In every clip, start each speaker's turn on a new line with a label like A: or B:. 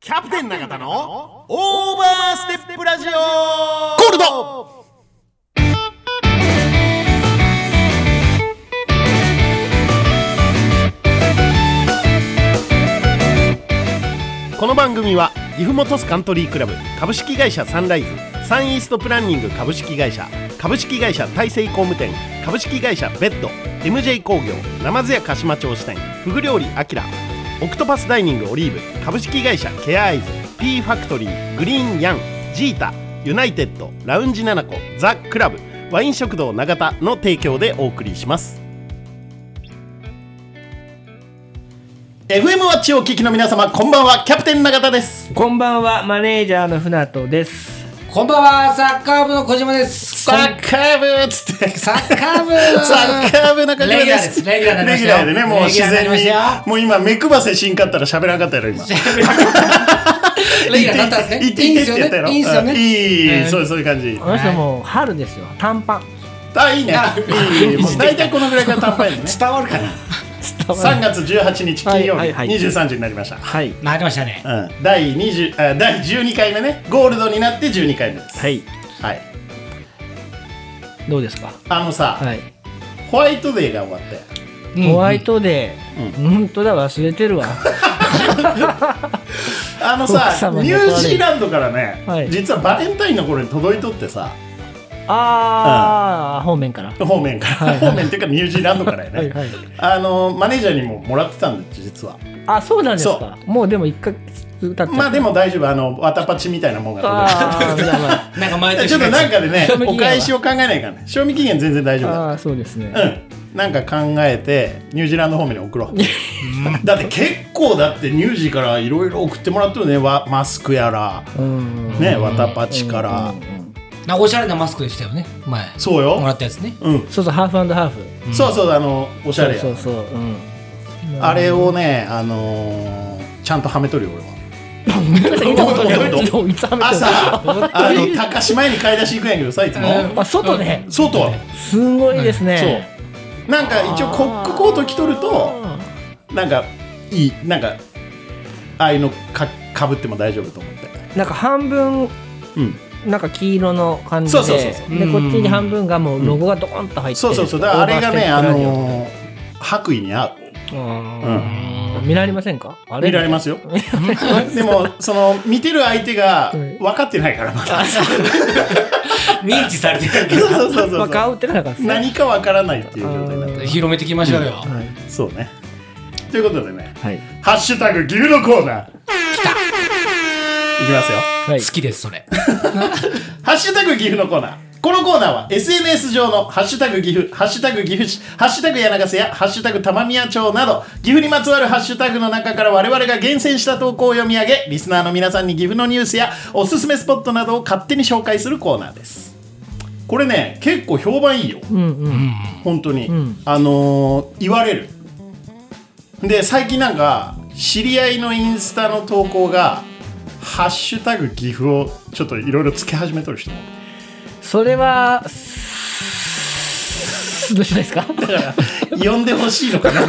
A: キャプテン永田のオーバーステップラジオコールドこの番組は岐阜本スカントリークラブ株式会社サンライズサンイーストプランニング株式会社株式会社大成工務店株式会社ベッド MJ 工業ナマズ屋鹿島町支店フグ料理アキラオクトパスダイニングオリーブ株式会社ケアアイズ P ファクトリーグリーンヤンジータユナイテッドラウンジナナコザ・クラブワイン食堂永田の提供でお送りします FM ワッチをお聞きの皆様こんばんはキャプテン永田です
B: こんばんは、マネージャーの船戸です。
C: こんばんは、サッカー部の小島です。
A: サッカー部っつって。
C: サッカー部
A: サッカー部中島です。
C: レギュラーで
A: レギ
C: す。
A: ュラーでね、もう自
C: レギュラーに
A: 然
C: なりま
A: に
C: したよ。
A: もう今、目くばせしんかったら喋らんかったやろ、今。
C: レギュラーになったんですね。いいんですよね。いいんですよね。
A: いい、
C: うん
A: そうそういう感じ
B: こ。の人もう春ですよ、短パン。
A: あ、いいね
C: あ。
A: いい、もう大体このぐらいから短パンやね。
C: 伝わるかな。
A: 3月18日金曜
B: はい
A: 日、
B: はいはい
A: 23時になりました。
B: はい。
C: なりましたね。
A: うん、第20あ第12回目ねゴールドになって12回目です
B: はい。
A: はい
B: どうですか
A: あのさ、
B: はい。
A: ホワイトデーが終わったよ
B: ホワイトデー。
A: う
B: 本当だ、忘れて るわ。
A: あのさ
B: 奥様
A: ニ
B: に
A: ュ
B: 怒られる
A: ージーランドからね、
B: はい
A: 実はバレンタインの頃に届いとってさ
B: あー、方面から。
A: 方面から、
B: はい
A: 方面っていうかニュージーランドからやね
B: はいはい。
A: あのマネージャーにももらってたんです実は
B: あ、そうなんですか。もうでも一回歌って。
A: まあでも大丈夫あのワタパチみたいなもんが届いて
B: あー、じゃあまあ
C: なんか毎年
A: ちょっとなんかでね
B: 賞味期限は
A: お返しを考えないからね賞味期限全然大丈夫だ
B: あー、そうですね。
A: うんなんか考えてニュージーランド方面に送ろう だって結構だってニュージーからいろいろ送ってもらってるねわマスクやら
B: うん。
A: ねワタパチから
C: なんかおしゃれなマスクでしたよね。前。
A: そう
C: もら
A: よ
C: ったやつね。
A: うん
B: そうそう、ハーフハーフ。
A: そうそうあのおしゃれや
B: そうそうそう。うん。
A: あれをね、あのーちゃんとはめとるよ、俺は。
B: いつはめてる
A: 朝、 あの高島屋に買い出し行くんやけどさ、いつも。
C: うん
B: あ、外ね。
A: 外は、
B: すごいですね。
A: そう。なんか一応、コックコート着とると、なんか、いい、なんか、ああいうのかかぶっても大丈夫と思って。
B: なんか半分
A: うん、
B: なんか黄色の感じ
A: そ
B: で
A: うそうそうそう
B: で
C: うん
B: こっちに半分がもうロゴがドコンと入って
A: そうそうそう、だからあれがね、あのー白衣に合 う。
B: の見られませんかあ
A: うん、見られますすよ。でも、その、見てる相手が分かってないから、ま だ。そう
C: 認知されてるけど。
A: そうそうそ
B: まあ
A: う。
B: 買うってなんかですね
A: 何か分からないっていう状態になってる。
C: 広めていきましょうよ。
B: はい
A: そうね。ということでね、
B: はい
A: ハッシュタグ牛のコーナー。いきますよ。
B: はい
C: 好きです、それ。
A: ハッシュタグ岐阜のコーナー。このコーナーは SNS 上のハッシュタグ岐阜、ハッシュタグ岐阜市、ハッシュタグ柳瀬やハッシュタグ玉宮町など、岐阜にまつわるハッシュタグの中から我々が厳選した投稿を読み上げ、リスナーの皆さんに岐阜のニュースやおすすめスポットなどを勝手に紹介するコーナーです。これね、結構評判いいよ。
B: うんうん
A: 本当に、
B: ん
A: あのー言われるで最近なんか知り合いのインスタの投稿が「ハッシュタグ岐阜」をちょっといろいろつけ始めとる人も
B: それはどうしたらい いですか
A: 呼んでほしいのかなと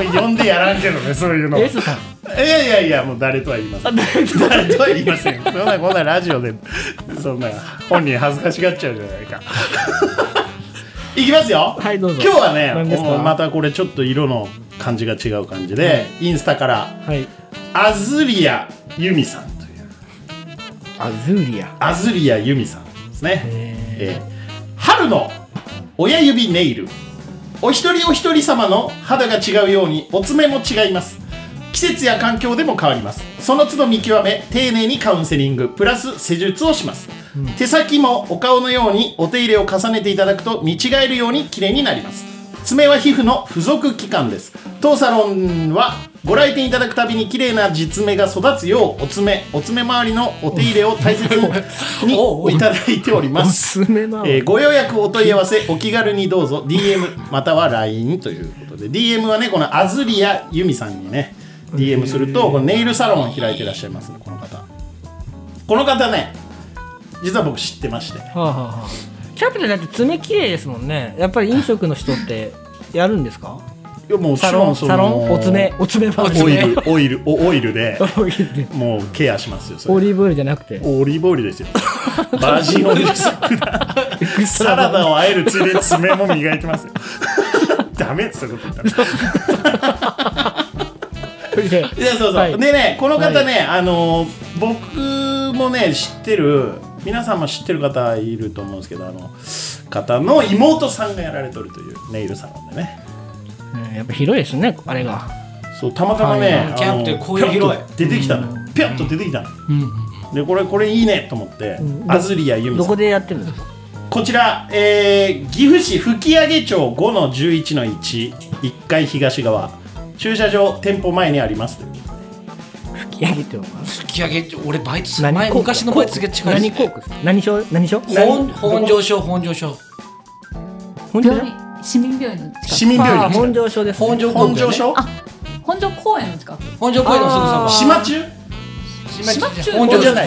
A: 思っ てもう呼んでやらんけどねそういうのい
B: S さん
A: やいやいやもう誰とは言いません 誰とは言いませんそんなこんなラジオでそんな本人恥ずかしがっちゃうじゃないか いきますよ
B: はいどうぞ
A: 今日はね
B: 何ですか
A: もうまたこれちょっと色の感じが違う感じで、インスタから
B: はい
A: アズリアユミさんという
B: アズーリア
A: アズリアユミさんですね、えー春の親指ネイルお一人お一人様の肌が違うようにお爪も違います季節や環境でも変わりますその都度見極め丁寧にカウンセリングプラス施術をします、手先もお顔のようにお手入れを重ねていただくと見違えるように綺麗になります爪は皮膚の付属器官です当サロンはご来店いただくたびに綺麗な実爪が育つようお爪お爪周りのお手入れを大切にいただいており
B: お
A: ます
B: すすめなの
A: えーご予約お問い合わせお気軽にどうぞ DM または LINE ということで DM はねこのアズリアユミさんにね DM するとこのネイルサロンを開いてらっしゃいますねこの方この方ね実は僕知ってまして
B: はあはあはあキャプテンだって爪綺麗ですもんねやっぱり飲食の人ってやるんですか
A: いやもう
B: サロン
A: もちろんその
B: サロンおつめおつめは
C: おつ
A: オイ
C: め
A: ルオイルおオイルで
B: オイルで
A: もうケアしますよそ
B: オ
A: れ
B: リーブオイルじゃなくて
A: オリーブオイルですよバージンオイル です
B: エクス
A: サ
B: トラ
A: ラダをあえるついで爪も磨いてますよ ダメそういうこと言ったら
B: オイルで
A: いやそうそう、
B: はい
A: でねこの方ね、あのー僕もね知ってる皆さんも知ってる方いると思うんですけどあの方の妹さんがやられてるというネイルサロンでね
B: うんやっぱ広いですねあれが
A: そうたまたまね、
B: はい
A: あの
C: キャンプってこういう広い
A: ピョッと出てきたのよピョッと出てきたの、でこれこれいいねと思って、
B: ん
A: アズリア由美
B: ど
A: さ
B: こ
A: ん
B: でやってるんですか
A: こちら、えー岐阜市吹上町5の11の11階東側駐車場店舗前にありますという
B: 吹き上げっていうのかな
C: 突き上げ俺バイトする
B: 何
C: 前
B: コーク
C: 昔のバイトすげえ近い
B: 何コークですか何賞何賞
C: 本本上症本上症
B: 本庄
D: 病院市民病院の
A: 市
D: 近く
A: 民病院
B: あ
A: に来た
B: 本庄賞ですね
C: 本上コー
A: 本
C: クだよ
A: 庄
C: ね
A: 署
D: 本庄公園の近く
C: 本上公園のすぐそば
B: あ
A: 島中
D: 島中
C: 本
A: 本庄
C: 上
A: じゃない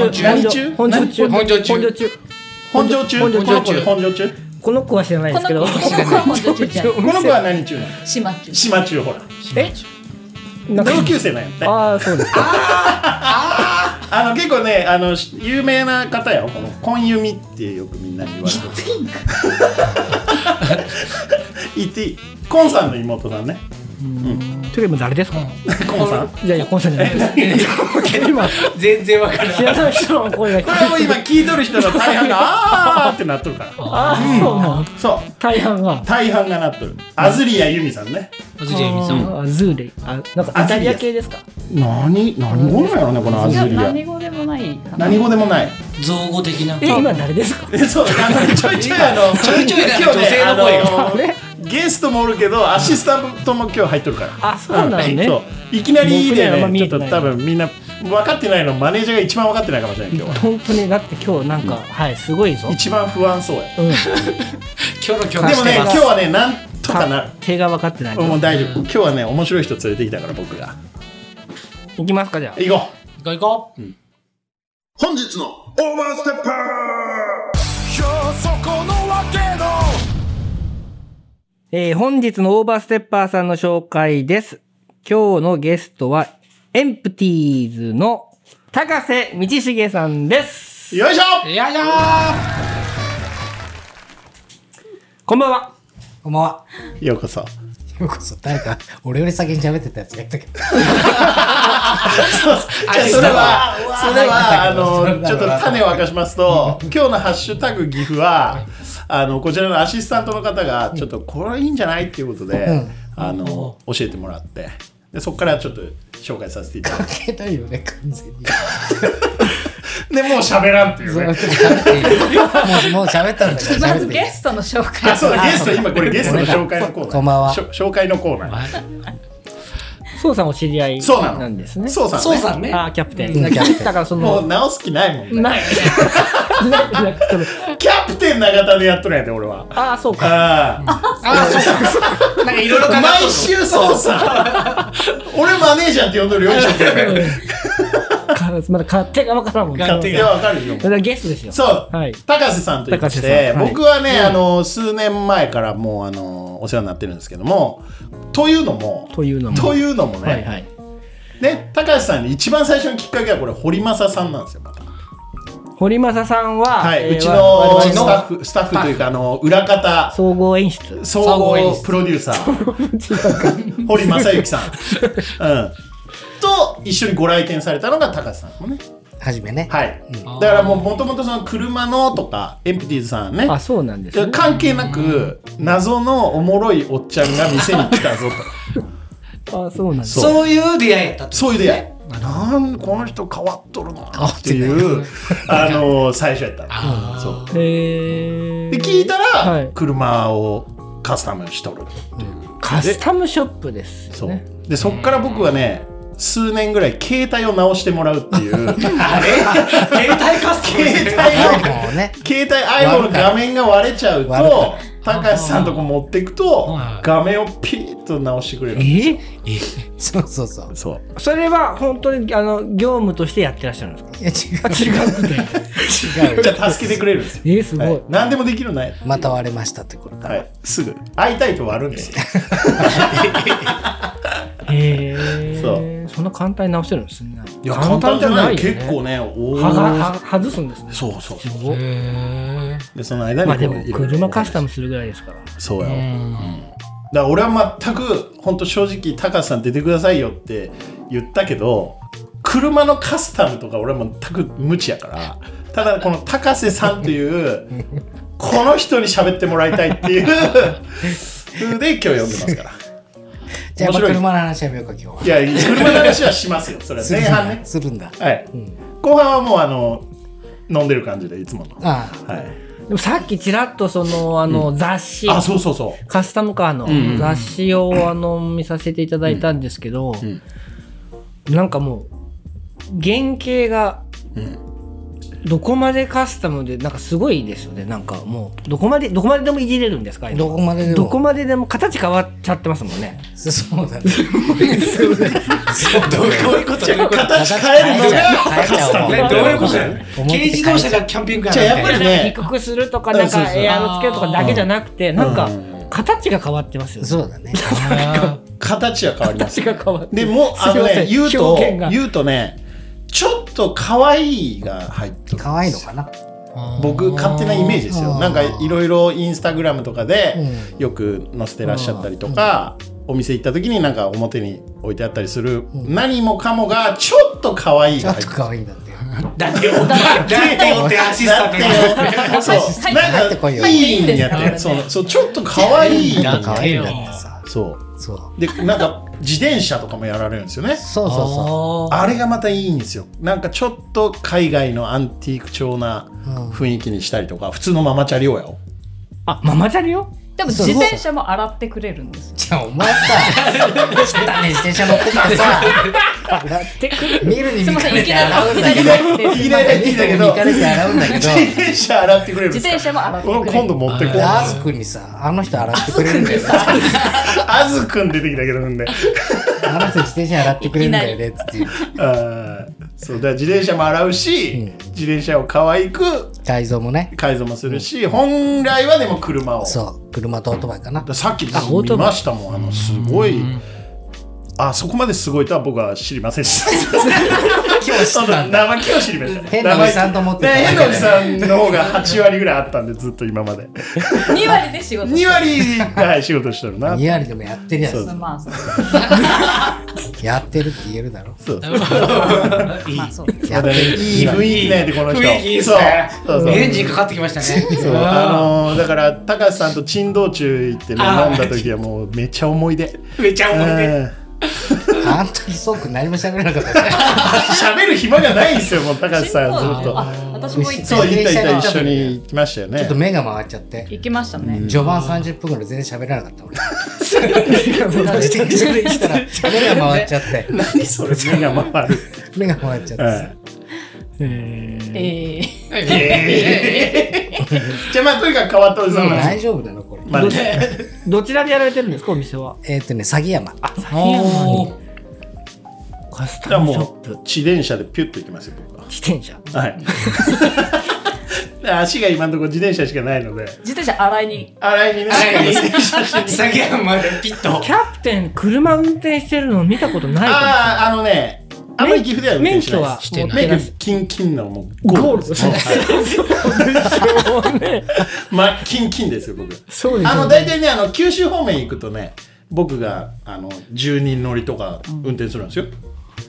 C: 本
A: 何
C: 上
A: 中
B: 本庄中
C: 本庄中
B: 本庄中
A: 本庄中この子で
B: 本庄中
A: 本庄中
B: この子は知らないですけど
D: この 子は本庄中じゃない
A: この子は何中なの
D: 島中
A: 島中ほら
B: えなんか
A: 同級生なんやってあ
B: ああそうですか
A: の結構ねあのし有名な方よこの「婚弓」ってよくみんなに言われて るいていいコンさんの妹さんね
B: というよりも誰ですか
A: コンさん
B: いやいやコンさんじゃないです 今
C: 全然わから
B: 知
C: ない
B: らない人の声が聞
A: こ
B: こ
A: れはもう今聞いとる人の大半が 「あー」ってなっとるから
B: ああそうなの
A: そう
B: 大半が
A: 大半がなっとるアズリアユミさんね
C: ジェイミーさん
B: あーズーレイあなんかイタリア系ですか
A: 何何語なんやろねこのア
D: いや
A: ズリア
D: 何語でもないかな
A: 何語でもない
C: 造語的な
B: え今誰ですか
A: でそうあのちょいちょいあの
C: ちょいちょいなんか
A: 今日ね
C: 女性の声
A: あのゲストもおるけどアシスタントも今日入っとるから
B: あそうなのね
A: そういきなりいい
B: 僕にはあん
A: ね
B: ま見
A: ちょ
B: え
A: ってと
B: ない
A: 多分みんな分かってないのマネージャーが一番分かってないかもしれない今日は
B: 本当にだって今日なんかはいすごいぞ
A: 一番不安そうや
B: うん
C: キョロキョロ
A: でも
C: し
A: ね
C: て
A: 今
C: ま
A: 日
C: す
A: はねなんとかなる
B: 手が分かってない
A: もう大丈夫今日はね面白い人連れてきたから僕が
B: いきますかじゃあ
A: 行こう
C: 行こう
E: 本日のオーバーステッパ
B: えー本日のオーバーステッパーさんの紹介です。今日のゲストは、エンプティーズの高瀬道重さんです。
A: よいしょ
C: いやいや
B: こんばんは。
F: こんばんは。
A: ようこそ
F: ようこそ、誰か、俺より先に喋ってたやつがいたけど。
A: じゃあそれはそれはあのち
F: そ
A: ょっ
F: れ
A: と
F: は
A: 種を明かしますと今日の「ハッシュタグ岐阜は」あのこちらのアシスタントの方がちょっとこれいいんじゃないっていうことで、
F: うん
A: あの教えてもらってでそこからちょっと紹介させていただいて
F: 関係ないよね、完全に。
A: でもう喋らんっていう
F: そうもう
A: ね
F: もう喋ったん だから
D: ま
F: 喋
D: ず
F: って
D: ゲストの紹介
A: あそうだゲスト今これゲストの紹介のコーナー
F: こんばんは
A: しょ紹介のコーナー
B: そうさんお知り合い
A: そうなの
B: なんですね。
A: そうさん、ね、
C: そうさんね
B: あー、キャプテン。
F: うん
B: だからそ
A: もう
B: の、
A: 直す気ないもんね
B: ない。ないないその
A: キャプテン永田でやっとるんやで俺は
B: ああ、そう か。
A: ああ
C: あそうかなんかいろいろ考えと
A: 毎
C: る
A: 週そうさん俺マネージャーって呼んどるよ一生懸命
B: か まだ勝手が分からんもんね。
A: 勝手がわかるよ
B: だからゲストですよ。
A: そう、
B: はい
A: 高瀬さんと言いまし
B: 高瀬
A: て、
B: さんはい
A: 僕はね、あの数年前からもうあのお世話になってるんですけどもというのも
B: というのも
A: というのもね、
B: はいはい。
A: ね高瀬さんに一番最初のきっかけはこれ堀正さんなんですよまた
B: 堀正さんは、
A: はい、
B: えー
A: うち
B: 我
A: の
B: 々
A: スタッフスタッフというかあの裏方
B: 総合演出。
A: 総合プロデューサー堀正幸さん、うん、と一緒にご来店されたのが高瀬さんもね
F: はじめね。
A: はい、だからもうもともとその車のとかエンプティーズさんね
B: あ、そうなんですね。
A: 関係なく謎のおもろいおっちゃんが店に来たぞと
B: あ、そうなんです。
C: そういう出会いだった
A: そういう出会いなんこの人変わっとるなっていうあの最初やったのそう
B: えー。
A: で聞いたら、
B: はい
A: 車をカスタムしとる
B: カスタムショップです
A: そ
B: よ
A: う、
B: ね。
A: でそっから僕はね数年ぐらい携帯を直してもらうっていう あれ
C: 携帯カスタム
A: 携帯
F: はい、
A: を
F: もうね。
A: 携帯 iPhone の画面が割れちゃう
F: 割れ
A: と高橋さんとこ持ってくと
C: はい
A: 画面をピリッと直してくれる
B: え
F: そうそうそう。
A: そう
B: それは本当にあの業務としてやってらっしゃるんですか
F: いや、違う。違うんだよ。違う
A: じゃあ助けてくれるんですよ
B: えー、すごい、
A: はい、何でもできるのね、
F: また割れましたってこれか
A: は
F: ら。
A: い、すぐ会いたいと割るんですよ
B: へ
A: そ
B: えそんな簡単に直せるんですね
A: いや簡単じゃない
B: よね
A: 結構ねお
B: はがは外すんですね
A: そうそう
B: すごい
A: でその間に
B: まあで
A: こ
B: も
A: ういろいろ
B: 車カスタムするぐらいですから
A: そうやろ、うんだから俺は全く本当正直高橋さん出てくださいよって言ったけど車のカスタムとか俺は全く無知やからただこの高瀬さんと いうこの人に喋ってもらいたいっていうで今日呼んでますから
F: じゃ
A: 面
F: あ、まあ
A: 白い
F: 車の話やめようか、今日は。
A: いや車の話はしますよそれは
F: する
A: 前
F: ん
A: 半ね
F: だ。するんだ。
A: はい、後半はもうあの飲んでる感じでいつもの
F: ああ。
A: はい
B: でもさっきちらっとそのあの雑誌、
A: あそうそうそう
B: カスタムカーの雑誌をあの見させていただいたんですけど、なんかもう原型がどこまでカスタムでなんかすごいですよねなんかもうどこまでどこまででもいじれるんですか今
F: どこまででも
B: どこまででも形変わっちゃってますもんね
F: そうだね。そうだね。
A: どういうこと形変えるのが
F: 変えちゃおう
C: ね、どういうことだよ
F: 思い
C: 軽
F: 切り
C: 自動車がキャンピングカー
A: じゃあやっぱりね
B: 低くするとかなん
A: そうそう
B: か
A: そう
B: エアのつけるとかだけじゃなくてなんか形が変わってますよね
F: そうだね。
A: 形は変わります
B: 形が変わって
A: でもあのね
B: すい
A: 言
B: ま
A: う
B: せん
A: と
B: 表現が
A: 言うとねちょっと可愛いが入ってる
F: 可愛いのかな。
A: 僕勝手なイメージですよなんかいろいろインスタグラムとかでよく載せてらっしゃったりとか、お店行った時になんか表に置いてあったりする、何もかもがちょっと可愛い
F: ちょ
A: が
F: っ
A: 入
F: と
A: ってる
F: 可愛いんだってよ。
C: だっておだっておってアシスタント
A: だってそうなんかいいんやってそうそうちょっと可愛い
F: 可愛いんだってさ。
A: そう
F: そう。
A: でなんか自転車とかもやられるんですよね
F: そうそうそ
A: あれがまたいいんですよなんかちょっと海外のアンティーク調な雰囲気にしたりとか普通のママチャリをやを
B: あママチャリよ
D: でも自転車も洗ってくれるんです
F: う。じゃあお前さ、汚ね自転車乗ってたらさ、見る
D: す
F: に見
D: みま
F: か
D: せん
F: れ
D: いき
F: て
D: な
F: 洗うん
D: り
F: だけど、
A: いきなり入ってきた
F: 見
A: け
F: る
A: ど
F: に見かれて洗うんだけど
A: 自、転車洗ってくれるんです
D: 自
A: か
D: 転車も洗ってくれ
A: 俺
D: る
A: 今度持ってこう
F: でアズくんにさ、あの人洗ってくれるんだよね。
A: あずくん出てきたけどんで
F: あの人自転車洗ってくれるんだよねっつっていう
A: あーそうだから自転車も洗うし、自転車を可愛く
F: 改造もね。
A: 改造もするし、本来はでも車をだか
F: そう、車とオートバイかな。
A: らさっき
B: オート
A: 見
B: バイ
A: ましたもんあのすごいあそこまですごいとは僕は知りませんで した
F: たん
A: 生気を知りました
F: 変なおじさんと思ってた
A: た変なおじさんの方が8割ぐらいあったんでずっと今まで
D: 2割で仕事
A: 2割はい仕事してるな
F: 2割でもやってるや
A: そう
F: つ。
D: まあそう
F: やってるって言えるだろ。
A: そう
D: まあそう
F: やってる。
A: いい雰囲気ねでこの人
C: 雰囲気いいっすね
A: そうそうそう
C: エンジンかかってきましたね
A: そうあのーだから高橋さんと珍道中行ってね
C: あー
A: 飲んだ時はもうめっちゃ思い出
C: めっちゃ思い出
F: あん時そうくん何も喋らな かったから。
A: 喋る暇がないんですよもう高橋さんずっと
D: あ私も行っ
A: そう
D: て
A: 行った行った
F: 自転車で行った
A: 一緒に行きましたよ
F: ちょっ
A: ね
F: と目が回っちゃって。
D: 行きましたね
F: 序盤30分ぐらい全然喋らなかった俺。自転車で来たら目が回っち ゃって。
A: 何それ目が回る
F: 目が回っちゃって
A: は
F: さ
A: い。
D: ええ
A: じゃあまあとにかく変わったおじさんなんです
F: 大丈夫なのこれ。
A: まあね
B: どちらでやられてるんですかお店は
F: えっとね、詐欺山。
B: カス
A: じゃ
B: タ
A: あ
B: ムショッ
A: も
B: プ
A: う自転車でピュッと行きますよ僕は
B: 自転車
A: はい 足が今のところ自転車しかないので
D: 自転車洗いに
A: 洗いにね
C: 先はまでピッと
B: キャプテン車運転してるの見たことないか
A: あああのねあんまり岐阜では運転しないです
B: 免許は持ってない
A: 免許キンキンのもう
B: も
A: ゴール
B: ゴ
A: です
B: ールそうね
A: まあキンキンですよ僕
B: そうです
A: あの
B: よ
A: 大体ねあの九州方面行くとね僕があの10人乗りとか運転するんですよ、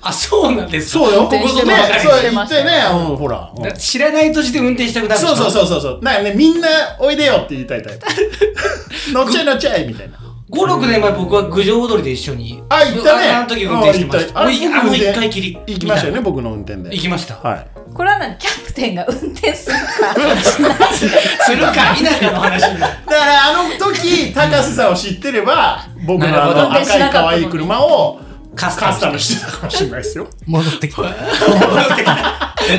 C: あそうなんです
A: そうよこ
D: 転
A: こ
D: して
A: ね
D: ました
A: そう
D: して
A: 行
D: ま
A: っ
D: したよ
A: てね、うん、ほら、うん
C: だから知らない土地で運転したくなる
A: そうそうそうそうそうなんかねみんなおいでよって言いたいタイプ乗っちゃい乗っちゃいみたいな
C: 56年前僕は郡上踊りで一緒に
A: あ行ったね
C: ああの時運転してました
A: うん
C: もうい
A: 行った
C: あ
A: あ僕
C: もう
A: 運転
C: 一回きり
A: 行きましたよね僕の運転で
C: 行きました
A: はい
D: これは何キャプテンが運転するか
C: するか否かの話になる
A: だからあの時高瀬さんを知ってれば僕のあ
C: なる
A: の
C: ほ
D: ど
A: 赤い可愛い車を
C: カ
A: カスタムし
C: し
A: てたかもしれないですよ。
F: 戻ってきた。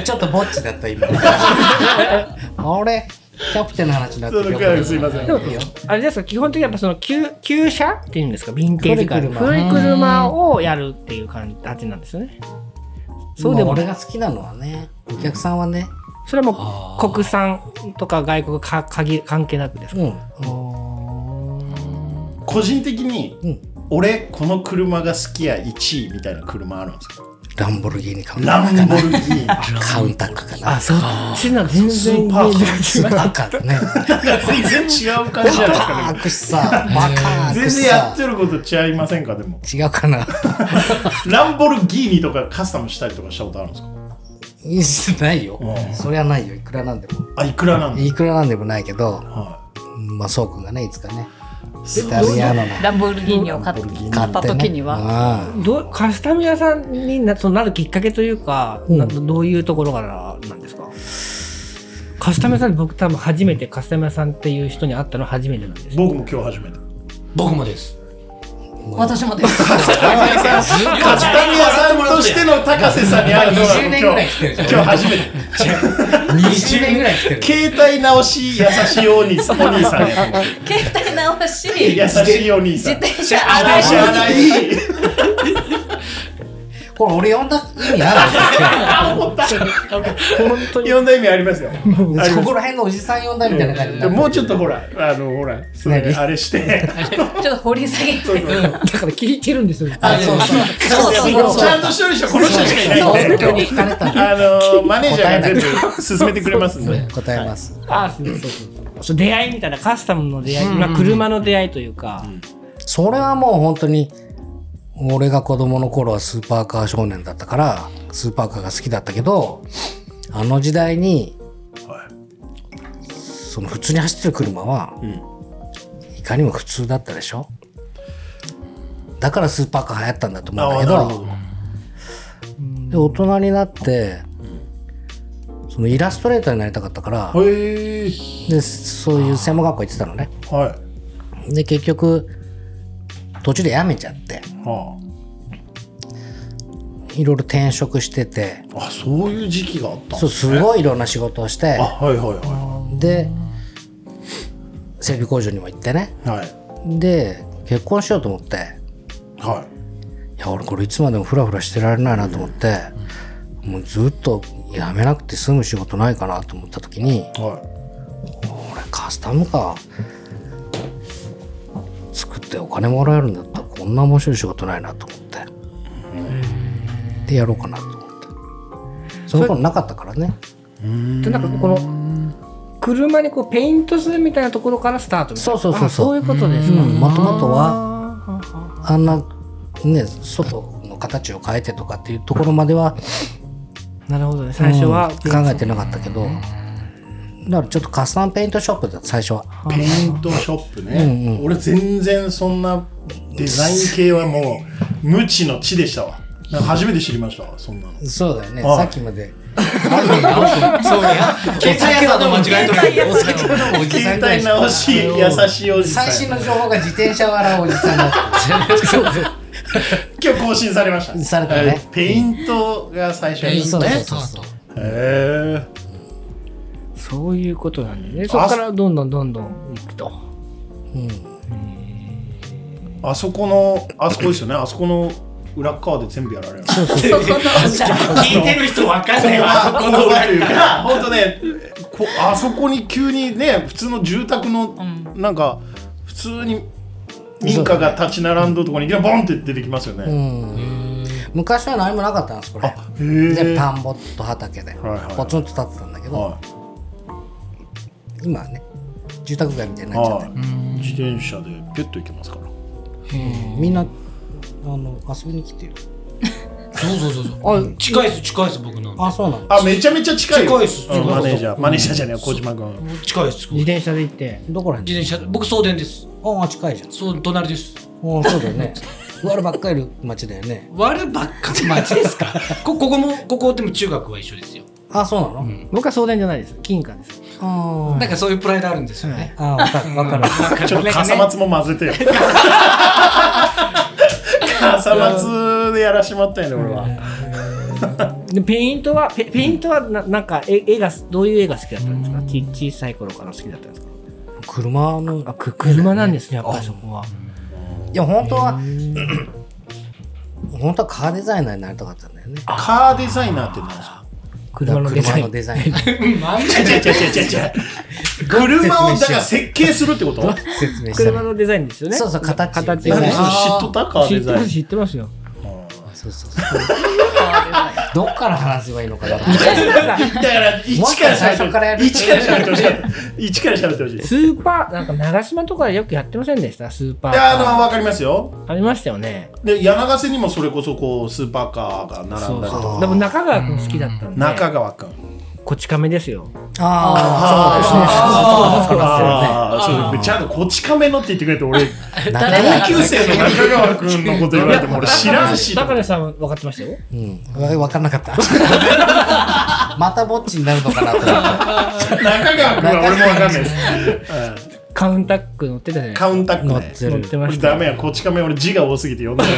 F: ちょっとぼっちだった今。あれキャプテンの話になって
A: そのくらいすいません
F: よくよ
B: あれですか基本的にやっぱその旧旧車っていうんですかヴィンテージカー
F: 古い車
B: 古い車をやるっていう感じなんですよねそうでも
F: まあ俺が好きなのはね、お客さんはね、
B: それはもう国産とか外国か限関係なくですか
F: うん、
A: 個人的に、
F: うん
A: 俺この車が好きや1位みたいな車あるんですか
F: ランボルギーニ買う
A: ランボルギーニ
F: カウンタックかな。
B: あそっちな全
A: ス
B: 然
A: ーパーカ
F: スーパーカーだね。
A: ー全然違う感じじゃないですか
F: あー、くしさ、バカー
A: 全
F: くし
A: 然やっ
F: さ。
A: てること違いませんかでも
F: 違うかな。
A: ランボルギーニとかカスタムしたりとかしたことあるんですか
F: いいしてないよ
A: う。ん
F: そりゃないよ。いくらなんでも。
A: あいくらなんだ、
F: いくらなんでもないけど、
A: は
F: まあ、そうくんがね、いつかね、
A: い、
F: イタリアのな
D: ランボルギーニを買っ買った時には。
F: は。うん
B: どうカスタム屋さんになそうなるきっかけというか、
F: うん
B: などういうところからなんですかカスタム屋さんって僕多分初めてカスタム屋さんっていう人に会ったの初めてなんですよ
A: 僕も今日初めて
C: 僕も です。
D: 私もです。
A: カスタム屋さんとしての高瀬さんに会うのは
F: 20年ぐらい来てるじゃ
A: 今
F: ん
A: 日今日初めて
F: 20年ぐらい来てる。
A: 携帯直し優しいお兄さんお兄さんやと思って
D: 携帯直し、
A: 優
D: 自
A: しいお兄さん
D: 転車
A: あ
D: 洗い
A: 知らない
F: これ俺呼んだ意味あ
A: あ思った
B: 本当に
A: 呼んだ意味ありますよ
F: る
A: ありま
F: ここら辺のおじさん呼んだみたいな感じになってる
A: もうちょっとほらあのほらそれ
F: 何
A: あれして
D: ちょっと掘り下げて。
A: そうそうそう
B: だから聞いてるんですよ
F: あ、そうそう。
D: そうそうそう
A: ちゃんとしてる人はこの人しかいないんで
F: そう今日聞かれたの。
A: あのーマネージャーが全部進めてくれますんで。
F: 答えます。
B: あそうそうそうそう出会いみたいなカスタムの出会い、まあ、車の出会いというか、
F: それはもう本当に、俺が子供の頃はスーパーカー少年だったから、スーパーカーが好きだったけど、あの時代に、その普通に走ってる車は、いかにも普通だったでしょだからスーパーカー流行ったんだと思うんだけ
A: あなる
F: ど、で大人になって、そのイラストレーターになりたかったから、
A: へえ。
F: でそういう専門学校行ってたのね。
A: はい。
F: で結局途中で辞めちゃって
A: はい
F: ろいろ転職してて
A: あ。あ、そういう時期があった。
F: そうすごいいろんな仕事をして
A: あ、はいはいは
F: で整備工場にも行ってね
A: い。はい。
F: で結婚しようと思って
A: はい
F: や俺これいつまでもフラフラしてられないなと思って、もうずっと辞めなくて済む仕事ないかなと思った時に
A: い。はい。
F: 俺カスタムカー作ってお金もらえるんだったらこんな面白い仕事ないなと思ってでやろうかなと思ってその頃なかったからね
B: でなんかこの車にこうペイントするみたいなところからスタートみたいな
F: そうそうそうそう
B: あそういうことですか、
F: もともとは
B: あー
F: あんなね外の形を変えてとかっていうところまでは
B: なるほどね最初は、
F: うん考えてなかったけどだからちょっとカスタムペイントショップだった最初は
A: ペイントショップね。俺全然そんなデザイン系はもう無知の知でしたわ。なんか初めて知りましたわ、そんなの。
F: そうだよね
A: ああ
F: さっきまで
C: そうや。携帯屋さんの間違いと思う。お酒は飲む
A: 携帯直し、優しいおじさん。
F: 最新の情報が自転車を洗うおじさんの
A: 今日更新されました。
F: されたね
A: はいペイントが最初に。
F: そうそうそうそう
A: へ
B: そういうことなんでねそこからどんどんどんどんいくと
A: ーあそこの、あそこですよね。あそこの裏側で全部やられる。
D: そうそうそう。
C: 聞いてる人わかんないわ。そこ
A: こ
C: の
A: の
C: 裏
A: というか、 本当ね、こあそこに急にね、普通の住宅の、なんか、普通に民家が立ち並んどるところにいきなりボンって出てきますよね。
F: 昔は何もなかったんですこれ
A: へー
F: で田んぼと畑で
A: はいはい
F: ポツンと立ってたんだけど
A: は
F: 今はね住宅街みたいに
A: い。
F: なっちゃって
A: はい。自転車でピュッと行けますから。
F: みんなあの遊びに来てる
C: そうそうそうそう。近いです近いです僕なんで。
F: あそうなの
A: あ、めちゃめちゃ近いよ。
C: 近いっす
A: うんマネージャ
C: う
A: ー、マネージャーじゃねえよ、小島君。
C: 近いです。
B: 自
C: 自
B: 転車で行って
F: どこら辺
C: 転車僕送電です。
F: ああ近いじゃん
C: そう隣です。
F: あそうだよね悪ばっかりいる町だよね
C: 割るばっかり町ですか。 こここもここでも中学は一緒ですよ。
F: あそうなの、
B: 僕は送電じゃないです金貨です
F: あ
C: なんかそういうプライドあるんですよね。
F: ああわかるわかる
A: ちょっと笠松も混ぜてよ。笠松でやらしまったよね、俺は。
B: でペイントはペペイントはななんか絵絵がどういう絵が好きだったんですかち小さい頃から好きだったんですか
F: 車の
B: あく車なんですねや
F: あ
B: っぱりそこはい
F: や本当は本当はカーデザイナーになりたかったんだよね
A: カーデザイナーって何ですか
B: 車のデザ
F: 車
B: イ
F: の
B: ン
F: デザイナー
A: 違う違う違う違う違う車をだから設計するってこと
F: 説明した
B: 車
F: ら
B: のデザインですよね
F: そうそう形
B: 形
F: デザ
A: 何
F: イン
A: それ知っとったカー
B: 知
A: デ
B: って
A: ザ
B: ま
A: イ
B: す
A: ン
B: 知ってますよ
F: そうそうそうどっから話せばいいのかな
A: だから一から
F: もう一回最初からや
A: 喋って
F: る
A: 一から喋ってほしい一から喋ってほしいい
B: スーパーなんか長島とかでよくやってませんでしたスーパー
A: やあの分かりますよ
B: ありましたよね
A: で柳瀬にもそれこそこうスーパーカーが並
B: そ
A: ん
B: う
A: だり
B: そ
A: と
B: う
A: か
B: でも中川君好きだったんで
A: 中川君
B: こち亀ですよ
F: あ
A: ああそうそうそうちゃんとこち亀のって言ってくれて俺
F: あ
D: 誰
F: 中
A: 同
D: が
A: 級生の中川君のこと言われても俺知らんし
B: 高根さん分かってましたよ
F: うん分かんなかった またぼっちになるのかなと思って
A: 中川君は俺も分かんないです
B: カウンタック乗ってたじゃないですか
A: カウンタック
F: 乗
A: ね
F: って
B: 乗
F: る
B: ってま
A: 俺
B: したよ
A: ダメやこち亀俺字が多すぎて読んでない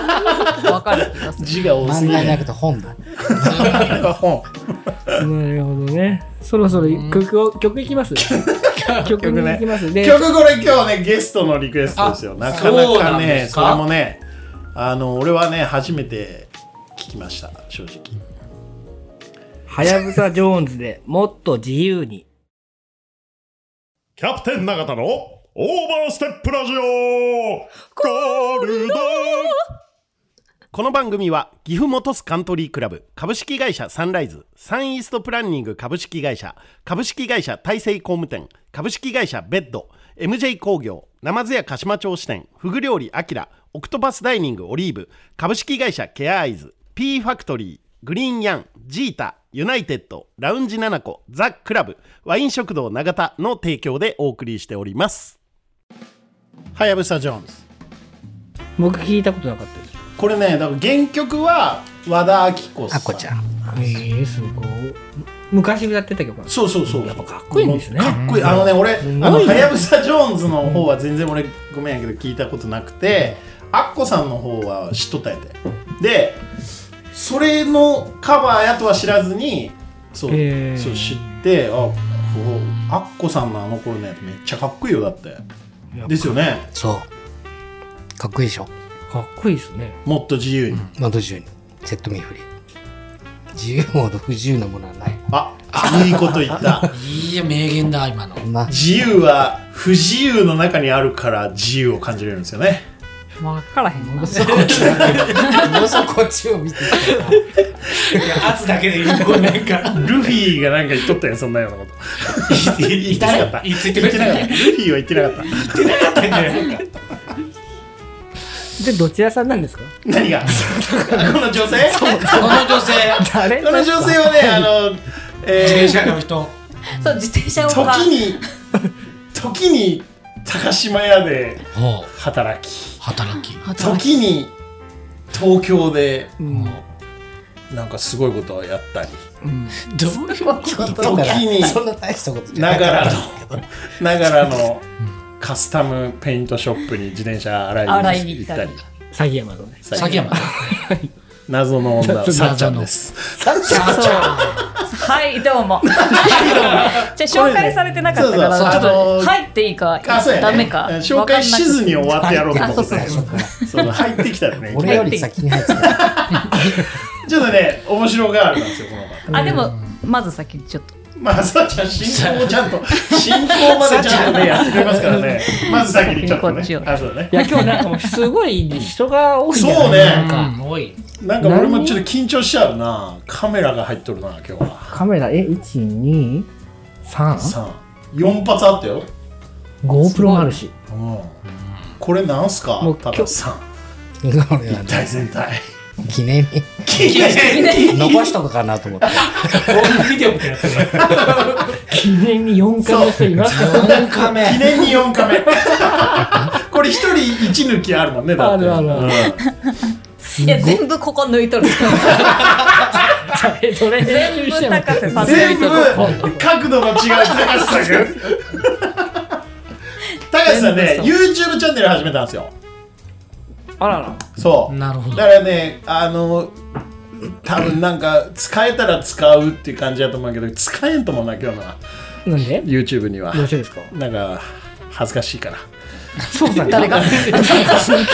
D: わかる気がする。
A: 字が多す
F: 漫
A: ぎ
F: 画じゃな
A: て
F: くて本だ
A: 本
B: なるほどね。そろそろ曲を、曲いきます曲にいきます。で、
A: 曲これ今日ねゲストのリクエストですよなかな
C: そう
A: か
C: なん
A: ね
C: で
A: そ
C: すか
A: れもねあの俺はね初めて聞きました正直
B: はやぶさ・ジョーンズでもっと自由に。
G: キャプテン永田のオーバーステップラジオゴールド
A: この番組は岐阜本スカントリークラブ株式会社サンライズサンイーストプランニング株式会社株式会社大成工務店株式会社ベッド MJ 工業ナマズ屋鹿島町支店フグ料理アキラオクトパスダイニングオリーブ株式会社ケアアイズ P ファクトリーグリーンヤンジータユナイテッドラウンジナナコザ・クラブワイン食堂永田の提供でお送りしておりますはやぶさジョーンズ
B: 僕聞いたことなかったです。
A: これねだから原曲は和田アキ子さん
F: あこちゃん
B: ええすごい。昔歌ってた曲なんです
A: そうそうそうやっぱ
B: かっこいいんですね
A: かっこいいあのね俺、
B: ごいね
A: あのはやぶさジョーンズの方は全然俺ごめんやけど聞いたことなくて、アッコさんの方は知っとったんやてでそれのカバーやとは知らずにそう,、
B: へー
A: そう知ってあこうアッコさんのあの頃のやつめっちゃかっこいいよだってですよね
F: そうかっこいいでしょ
B: かっこいいですね。
A: もっと自由に、
F: まあ、ど自由に。セットミーフリー。自由も不自由なものはない。
A: あいいこと言った
C: いや、名言だ、今の。
F: まあ、
A: 自由は不自由の中にあるから自由を感じれるんですよね
D: わからへんな。
F: もうそこっちを見て
C: 圧だけで言うこうなんか。
A: ルフィがなんか言っとったやんそんなようなこと言ってなかった
C: 言いついてく
A: 言
C: れ
A: って
C: て
A: な
C: な
A: か
C: か
A: っ。
C: った
A: ルフィは言ってなかった。
C: たんじゃない
B: で、どちらさんなんですか
A: 何がこの女性こ
C: この女性、
B: 誰
A: の女性はね、あの、
C: 自
A: え
C: 転車の人。
D: そう、自転車
A: ー、
D: を買
A: 時
D: う。
A: に、時に高島屋で
C: ほ
A: 働き、
C: う、働き。
A: 時に東京で、
B: うん
A: なんかすごいことをやったり、
C: どういうこと
F: た
A: 時に
F: そんな大したことじゃな
A: ないが らの、ながらのカスタムペイントショップに自転車洗いに行ったり
D: 洗いに、
B: 詐欺山のね。
A: 最
C: 崎
A: 近
C: 山。
A: 謎の女、さっちゃんです。
D: はい、ど うも。じゃあ、紹介されてなかったから、
A: そうそう
D: ちょっと
A: あの
D: 入っていいか
A: あ、そう、やね
D: ダメか。
A: うん紹介しずに終わってやろうと思
D: あ、そう
A: って
D: そう
A: た。
D: そう。
A: その入ってきたら ね。
F: 俺より先に入ってた。
A: ちょっとね、面白があるんですよ、この方。
D: あ、でも、まず先にちょっと。
A: まあ、さっちゃん、進行をちゃんと、進行までちゃんとね、やってくれますからね。まず先にちょっとね
D: 先にこっ。ちを
A: あ、そうだね
B: い。や、今日なんかもうすごい人が多いん
A: そ
B: じ
A: う
B: ゃない
A: ね。
C: うん、多い。
A: なんか俺もちょっと緊張しちゃうな。カメラが入っとるな、今日は。
B: カメラ、え、1、2、3?
A: 3、4発あったよ。
B: GoPro もあるし。
A: うん。これなんすか
B: もう
A: た
B: 今
A: だ
B: 日
A: さん。
F: 俺は
A: 一体全体。
F: 記念に
A: 記念
F: 残しとくかなと思って。
C: ホームビデオみたいなやつね。
B: 記念に4回の人いますから
C: 4カメ
A: 記念に4カメ。これ一人一抜きあるもんね、だって。
B: あるあるある
A: うん
D: いや、全部ここ抜いとる。
B: ね。どれ
D: 全部高瀬さん抜
A: 全
D: い
A: 部
D: とる。
A: 角度の違う高橋さんが高橋さんね
D: 全部
A: YouTube チャンネル始めたんですよ
B: あらら。
A: そう
C: なるほど
A: だからねあの
H: 多分なんか使えたら使うっていう感じだと思うけど使えんともな今日のは
B: なんで
H: YouTube には
B: よろしいですか
H: なんか恥ずかしいから
B: そうさん誰 か
C: そうさん、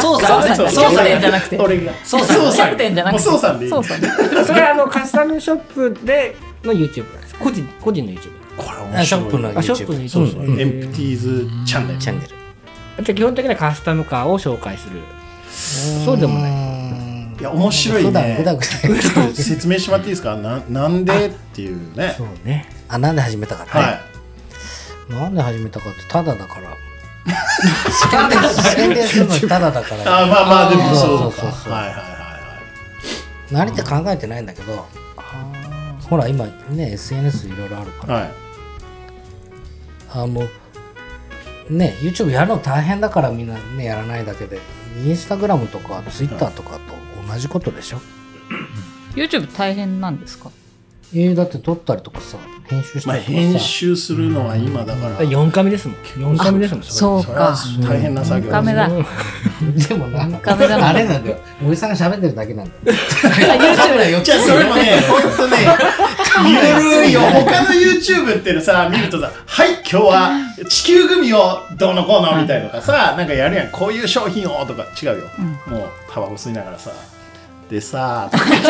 C: そうさん、
D: そ
C: そう
D: うキャプ
C: さ
D: テン
C: ん
D: じゃなくて
H: 俺が
C: そうさん
H: そう
D: キャプテンじゃなくて
H: もうそうさんでいい
D: そうさん
B: それはあのカスタムショップでの YouTube なんですか個人個人の YouTube
H: これ
F: あ
H: 面
F: ショップ
H: 白い
F: の YouTube。
B: あショップの YouTube
F: そうそう。
H: エンプティーズチャンネル
F: チャンネル。
B: じゃあ基本的にはカスタムカーを紹介するそうでもない
F: ない
H: や面白いね
F: 普段ぐだぐだ言って
H: ちょっ
F: る
H: と説明してもらっていいですかななんでっていうね
B: そうね
F: あ、なんで始めたかって。
H: はい
F: なんで始めたかって、ただだから。宣伝宣伝するのにただだから。
H: あまあまあでもそ
F: そうう
H: か
F: そうそう
H: はいはいは
F: 何って考えてないんだけど。ほら、今ね、SNS いろいろあるか
H: い
F: ら。
H: はいはい
F: あの、ね、YouTube やるの大変だからみんなね、やらないだけで。インスタグラムとか Twitter とかと同じことでしょ。
D: YouTube 大変なんですか
F: えー、だって撮ったりとかさ、編集し
H: まあ
F: たりとかさ。
H: 編集するのは今だから
B: 4回目ですもん4回目ですもんう
D: そう
H: それは
D: か
H: 大変な作業
D: ダメだ
F: でもな、
D: カメラマン
F: あれなんだよ。森さんが喋ってるだけなんだよ。
H: じゃあそれもね、ほんとね、見れるよ。他の YouTube ってさ、見るとさ、はい、今日は地球グミをどうのこうのみたいなのとかさ、なんかやるやん、こういう商品をとか違うよ。もう、タバコ吸いながらさ。で さ、とか言っ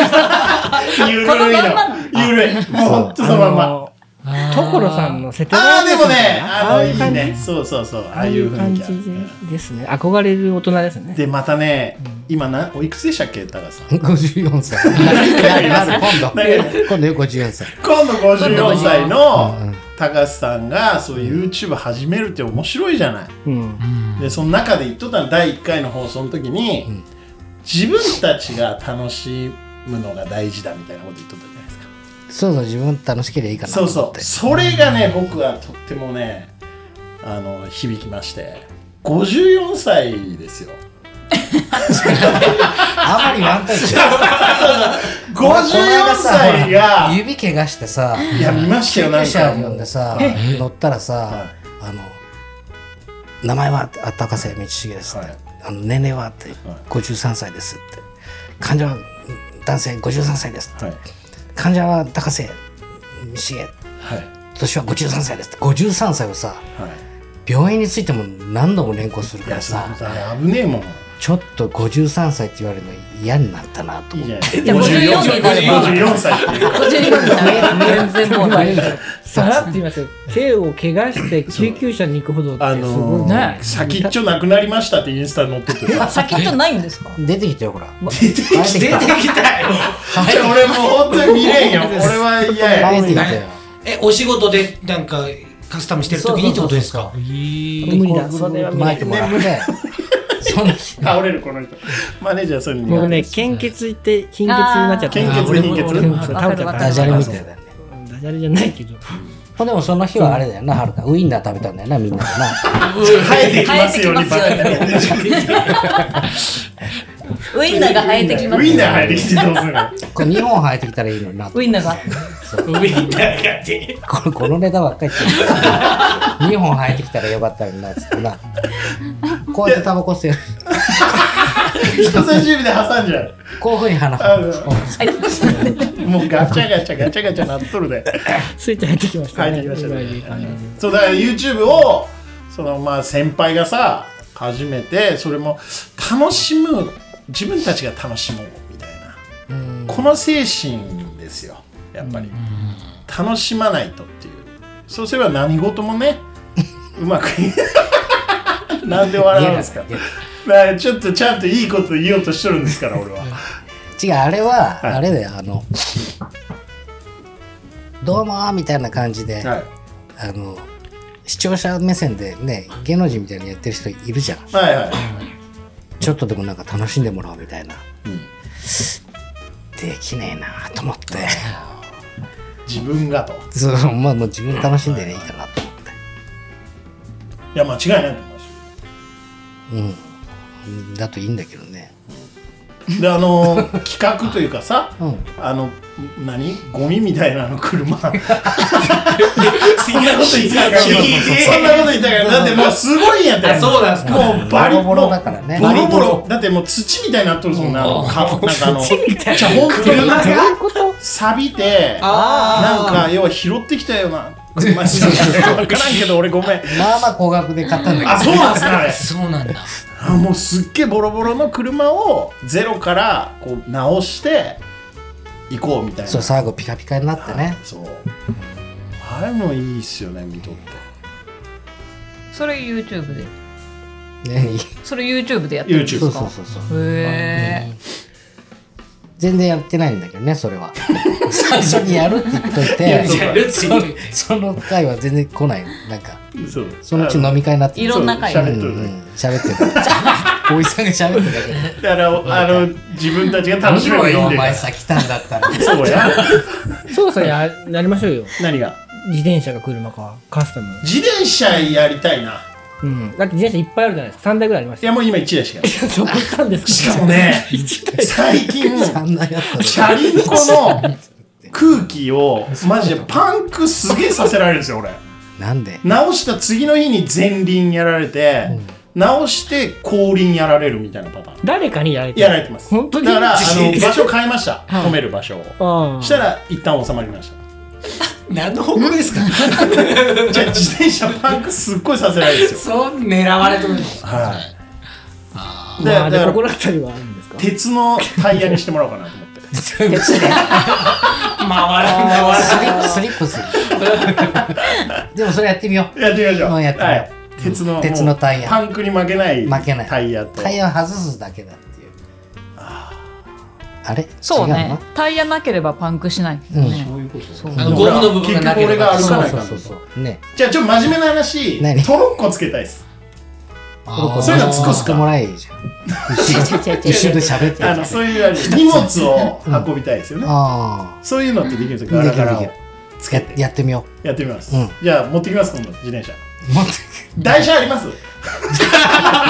H: てゆるいの。ゆるい。もうほんとそのまんま。
B: 所さんの瀬戸
H: あ
B: 内
H: ー、でもね、
B: あ
H: あ
B: あ
H: の、
B: いう
H: いい
B: 感じ
H: ね。そうそうそう、あ
B: ああ
H: あい
B: いうう
H: 雰
B: 感
H: 囲
B: じ
H: 気あるね。
B: ですね憧れる大人ですね
H: で、またね、今な、おいくつでしたっけ、高橋さん。
F: 54歳。 なるなる、今
H: なる
F: 度。今度よ、54歳。
H: 今度54歳の高橋さんがそういう YouTube 始めるって面白いじゃない。
B: うん
H: でその中で言っとったの第1回の放送の時に、自分たちが楽しむのが大事だみたいなこと言っとったじゃないですか。
F: そうそう、自分楽しければいいかなと
H: そう
F: 思
H: そ
F: って。
H: うそれがね僕はとってもねあの響きまして54歳ですよ。
F: あんまりワンタイ プじゃない
H: 54歳が
F: 指怪我してさ、
H: いや見ましたよ
F: 救
H: なん
F: 急車呼
H: か
F: んでさ、乗ったらさ、あの、名前はあ高瀬道重ですって、
H: はい
F: あの年齢はって、53歳ですって、患者は男性53歳ですって、
H: はい
F: 患者は高瀬道重、
H: はい
F: 年は53歳ですって、53歳をさ、
H: はい。
F: 病院についても何度も連行する
H: い
F: か
H: や
F: ら
H: そう
F: さ
H: だね危ねえもん。
F: ちょっと53歳って言われるの嫌になったなと
H: いい
F: 思っ
H: じ
F: て
H: ゃない
D: じゃあ54
H: 歳
D: になれば
H: 54歳って
D: 52
H: いう。
D: 分だね全然もうない
B: さらって言いますよ手を怪我して救急車に行くほどって
H: あ
B: すご
H: の
B: いね
H: ー、先っちょなくなりましたってインスタに載ってて さ。
D: 先っちょないんですか
F: 出てきたよほら
H: 出てきた出てきたよじゃあ俺もう本当に見れんよ俺は嫌や
F: 出てきたよ
C: え、お仕事でなんかカスタムしてる時にってことですか
B: 無理だそれは無
F: 巻い
B: 理
F: てもらってそんな人
H: 倒れるこの人マネージャーそれに
B: 僕ね献血行って貧血になっちゃった
H: 献血貧血
B: 俺も食べちゃった
F: ダジャレみたいだね
B: ダジャレじゃないけど
F: ほんでもその日はあれだよなはるかウインナー食べたんだよなみんなでな
H: 生えてきますようにバカ
D: 生えて ウインナーが生えてきます
H: ウインナー生えてきてどうするの
F: これ2本生えてきたらいいのになと
D: ウインナーが
F: このこのネタばっかり言ってる2本生えてきたらよかったのになっつってなこうやってタバコ吸える
H: 人差し指で挟んじゃう
F: こういうふうに鼻
H: あのもうガチャガチャガチャガチャなっとるで
B: スイッチ入ってきました
H: 生
B: ね
H: えてきましたねそうだから YouTube をそのまあ先輩がさ始めてそれも楽しむ自分たちが楽しもうみたい
F: う
H: な
F: ん
H: この精神ですよやっぱり楽しまないとっていうそうすれば何事もねうまくい なんで笑うんですか
F: いやいや
H: だからちょっとちゃんといいこと言おうとしとるんですから俺は
F: 違うあれは、
H: はい
F: あれだよあの「どうもー」みたいな感じで、
H: はい
F: あの視聴者目線でね芸能人みたいにやってる人いるじゃん
H: はいはい
F: ちょっとでもなんか楽しんでもらおうみたいな、
H: うん
F: できねえなーと思って
H: 自分がと
F: そうまあもう自分楽しんでねいいかなと思って
H: いや間違いないと思います
F: う
H: よ
F: んだといいんだけどね
A: であのー企画というかさ、
F: うん
A: あの何ゴミみたいなあの車そんなこと言ってたからそんなこと言ってたからだってもうすごいんやった
C: あそうなんすか
A: もうバリ
F: ボロボロだからね
A: もうボロボロだってもう土みたいになっとるそんなのかなんかあのじゃあ本当に錆びてなん
C: あ
A: か要は拾ってきたような車じゃん 分からんけど俺ごめん
F: まあまあ高額で買った んだけど
A: あそうなんすかあれ
C: ーそうなんだ
A: あもうすっげえボロボロの車をゼロからこう直して行こうみたいな
F: そう最後ピカピカになって ね
A: そうあれもいいっすよね見とって
D: それ YouTube で
F: ねいい
D: それ YouTube でやってるんですか
A: YouTube
F: そうそうそうそう
D: へえ
F: 全然やってないんだけどねそれ は最初にやるって言っといて
C: やるっていう
F: その回は全然来ないなんか
A: そう
F: そのうち飲み会になって
D: いろんな回
A: そう
F: う
A: 喋
F: ん
A: っと
F: う
A: るね
F: ん喋って たおじさんが喋ってたけど
A: だからあの自分たちが楽
F: 面
A: しめば
F: 白い
A: いい
F: よ
A: ん
F: お
A: で
F: 前さ来たんだったら
A: そうや
B: そろそろややりましょうよ
A: 何が
B: 自転車か車かカスタム
A: 自転車やりたいな
B: うんだって自転車いっぱいあるじゃないですか3台ぐらいありま
A: い
B: すよ
A: やもう今1台しかない
B: どこ行ったんですか
A: しかもね最近
F: あんなやったら
A: チャリンコの空気をマジでパンクすげえさせられるんですよ俺
F: なんで
A: 直した次の日に前輪やられて、直して後輪やられるみたいなパターン
B: 誰かにやられて
A: やられてます
B: 本当に
A: だからあの場所変えました止める場所を
B: あ
A: したら一旦収まりました
C: 何の報告ですか
A: じゃあ自転車パンクすっごいさせられるんですよ
C: そう狙われてるんです
A: はい
B: まあ
A: で
B: で
A: だから
B: 心当たりはあるんですか
A: 鉄のタイヤにしてもらおうかなと思って
C: 回らん
F: スリップスリップす るでもそれやってみよう
A: やってみましょう
F: うんやってみよう
A: はい、鉄の
F: 鉄のタイヤ
A: もうパンクに負けない
F: 負けない
A: タイヤと
F: タイヤを外すだけだっていうあれ
D: そう
F: 違う
D: ね
F: の
D: タイヤなければパンクしないんですよね、そう
C: あのゴムの部分がなければ
A: 結局俺が歩かないから
F: そうそうそうね
A: じゃあちょっと真面目な話
F: 何
A: トロッコつけたいですそういうの尽くすか
F: てもらえばいいじ ゃん一緒
D: 違う違う違う
F: 一緒で 喋って
A: あのそういうあれ荷物を運びたいですよね、
F: あ
A: そういうのってできるんですよ
F: う
A: ガ
F: ん
A: ラガラを
F: できるで
A: つ
F: あ
A: け
F: や
A: て
F: やってみよ
A: やってみます、
F: うん
A: じゃあ持ってきます今度自転車
F: うもっと
A: 台車あります
C: 大自転車の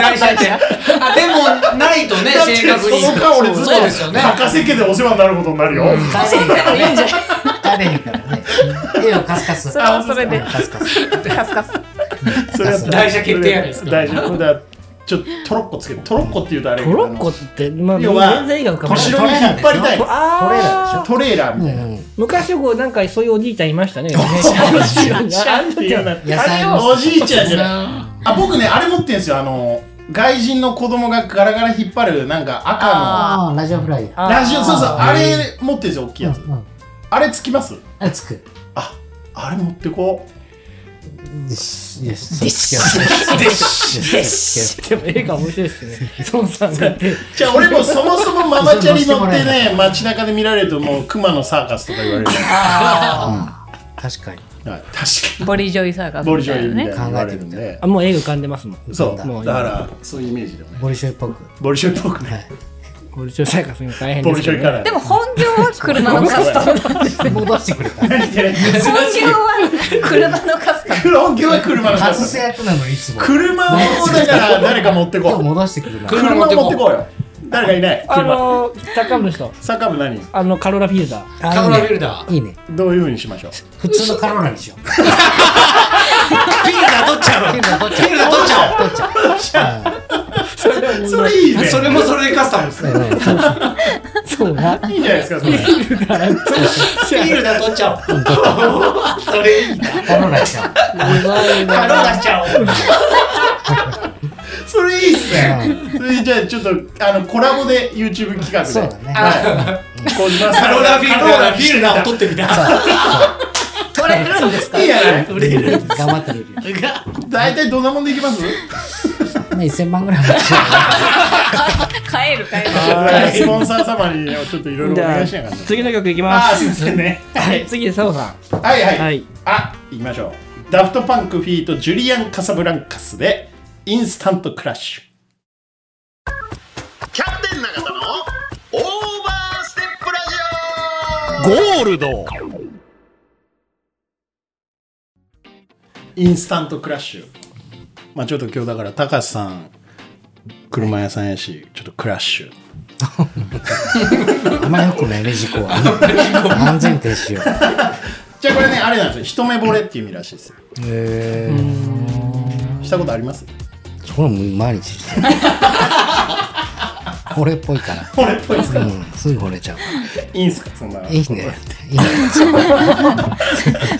C: 台車ってあでもないとね
A: だって
C: 正確に
A: その間俺ずっと
C: そうですよね
A: 博士家でお世話になることになるよ、
F: 帰れへんからね帰れへんからねええよカスカス
D: それはそれで
F: カスカス
D: カスカス
A: それやったら
C: 台車決定やないですか
A: 台車これだちょっとトロッコつけてトロッコって言うとあれや
B: ト
A: けど
B: ロッコって、まあ、
A: 要は
B: 全然いいが浮かばない
A: 後ろに引っ張りたい
B: あー
F: トレーラー
A: トレーラーみ
F: でしょ
A: たいな、
B: 昔こうなんかそういうおじいちゃんいましたね。
A: シャンっていうような
F: 野菜
A: あれ
F: の
A: おじいちゃんじゃないあ僕ねあれ持ってんすよあの外人の子供がガラガラ引っ張るなんか赤
F: ああラジオフライヤー
A: のラジオそうそうあれ持ってんすよ大きいやつ、
F: うんうん
A: あれつきます
F: あれつく
A: ああれ持ってこう
F: でしよしでしよしでしよし
B: でも映画面白いですね。孫さんがやって。
A: じゃあ俺もそもそもママチャリ乗ってね街中で見られるともうクマのサーカスとか言われる、は
F: 確かに
A: い、確か
D: ボリジョイサーカ
A: に
D: ス
A: ボリ
D: み
A: ジ
D: た
A: ョイ
D: い
A: みた
D: な
A: い
D: ね
A: な言われるんで
B: あもう映画浮かんでますもん。
A: そうだ
B: もう
A: からそういうイメージだよね
F: ボリショイっぽく
A: ボリショイっぽくね
B: ボルショイサイカスも大変
A: ボ
B: で
A: リ
B: す
A: シ
B: け
A: ョイ
B: ど
A: か
B: ね。
A: ら
D: でも本業は車の カスタムなんですよ
F: 戻してくれた
A: 何て
D: 本業は車のカスタム
A: 黒毛は車の
F: 外
A: カス
F: す役なのいつも
A: 車をだから誰か持ってこ
F: 今日
A: う
F: 戻してくるな
A: 車を持ってこうよ誰かいない
B: あ
A: 車
B: のサッカー部の人、
A: サッカー部何
B: あのカロラフィールダー。
C: カロラビルダー
F: いいね
A: どういうふうにしましょう
F: 普通のカローラにしよう
C: ビルダー取っちゃうのビルダー取っちゃ
F: 取っちゃう
A: それいいね
C: うそれもそれでカスタムですね
B: そうな。
A: いいじゃないですかそれ
C: ビルダー取っちゃおうそれいいな
F: カローラにしよ
C: カロー出しちゃおう
A: それいいっすね
F: う
A: それじゃあちょっとあのコラボで YouTube 企画で
F: そうだね
A: はい小島さ
C: カ
A: ん
C: ロー
A: が
C: ラビルダービルダーを取ってみた
D: 取れるんですか
A: いいやない
F: うん頑張ってみるよ
A: 大体どんなもんでいきます
F: まあ1000万ぐらい持っちゃ
D: 帰る帰る
A: スポンサー様にちょっといろいろお
B: じゃ
A: 願
B: あ
A: いしながら
B: 次の曲いきま
A: ああす
B: す。
A: いませんね
B: はい次でサオさ
A: はいはい、
B: ん。はい。
A: あ行きましょうダフトパンクフィートジュリアン・カサブランカスでインスタントクラッシュ
E: キャプテン永田のオーバーステップラジ
G: ゴールド
A: インスタントクラッシュまあちょっと今日だから高橋さん車屋さんやし、ちょっとクラッシュ。
F: あんまよくないね、事故は。安全停止よ。
A: じゃあこれね、あれなんですよ。一目惚れっていう意味らしいですよ。
F: へえ。
A: したことあります
F: それもう毎日してる。俺っぽいから。
A: 俺っぽいですか
F: うん、すぐ惚れちゃう。
A: いいんすかそんな。
F: いいね。いいね。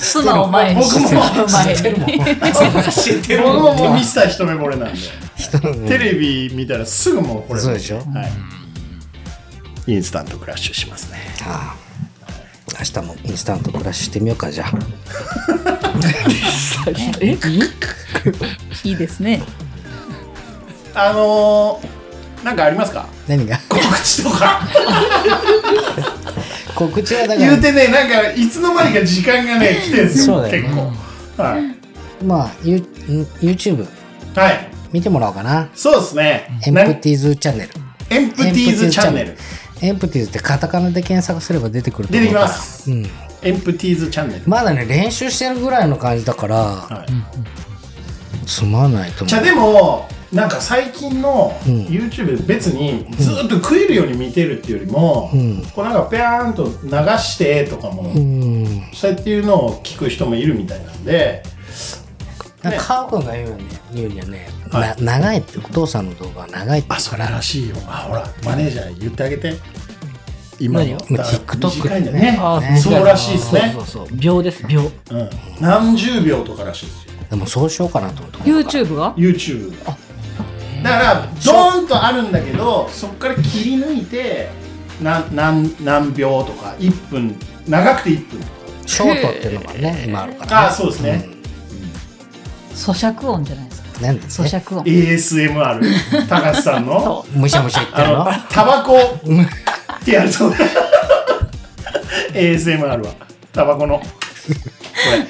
D: 妻を前に
A: 僕も
D: 前に
A: 僕ももうミスター一目惚れなんで。
F: 人の
A: テレビ見たらすぐもう惚れる
F: そうでしょ
A: はい。インスタントクラッシュしますね。
F: ああ明日もインスタント暮らししてみようか、じゃあ。
B: え
D: いいですね
A: あのー、なんかありますか
F: 何が
A: 告知とか
F: 告知はだか
A: 言う
F: ら、
A: てね、なんかいつの間にか時間がね、来てんす
F: そ
A: よ、
F: うだよ
A: 結構。はい。
F: まあ、ユー YouTube
A: はい。
F: 見てもらおうかな。
A: そうですね。
F: エン
A: なん
F: プティーズチャンネル。
A: エンプティーズチャンネル。
F: エンプティーズってカタカナで検索すれば出てくると
A: 出
F: 思
A: てき
F: うから
A: ます。
F: うん、
A: エンプティーズチャンネル。
F: まだね練習してるぐらいの感じだから、
A: い
F: つまんないと
A: じ
F: 思
A: ゃあ
F: う
A: でもなんか最近の
F: うん
A: YouTube 別にずっと食えるように見てるっていうよりも、
F: うん
A: こうなんかペアーンと流してとかも、
F: うん
A: そうやっていうのを聞く人もいるみたいなんで
F: なんかカオ君が言うよね言うにはね、
A: は
F: な長いってお父さんの動画は長いって
A: それらしいよあほらマネージャー言ってあげて今の
F: 何よ TikTok
A: 短いんだよね
B: あ
A: ねそうらしいですね
B: そうそうそう秒です秒
A: うん、何十秒とからしいですよ
F: でもそうしようかなと思って
D: YouTube が
A: YouTube がだからドーンとあるんだけどそこから切り抜いて何何何秒とか1分長くて1分とか
F: ショートっていうのがね今あるから
A: ああそうですね、
D: 咀嚼音じゃないですか
F: なんで
D: 咀
F: ね
D: 嚼音
A: ASMR 高橋さんの
F: むしゃむしゃ言って
A: あ
F: るの
A: のタバコってやる と ASMR はタバコのこれど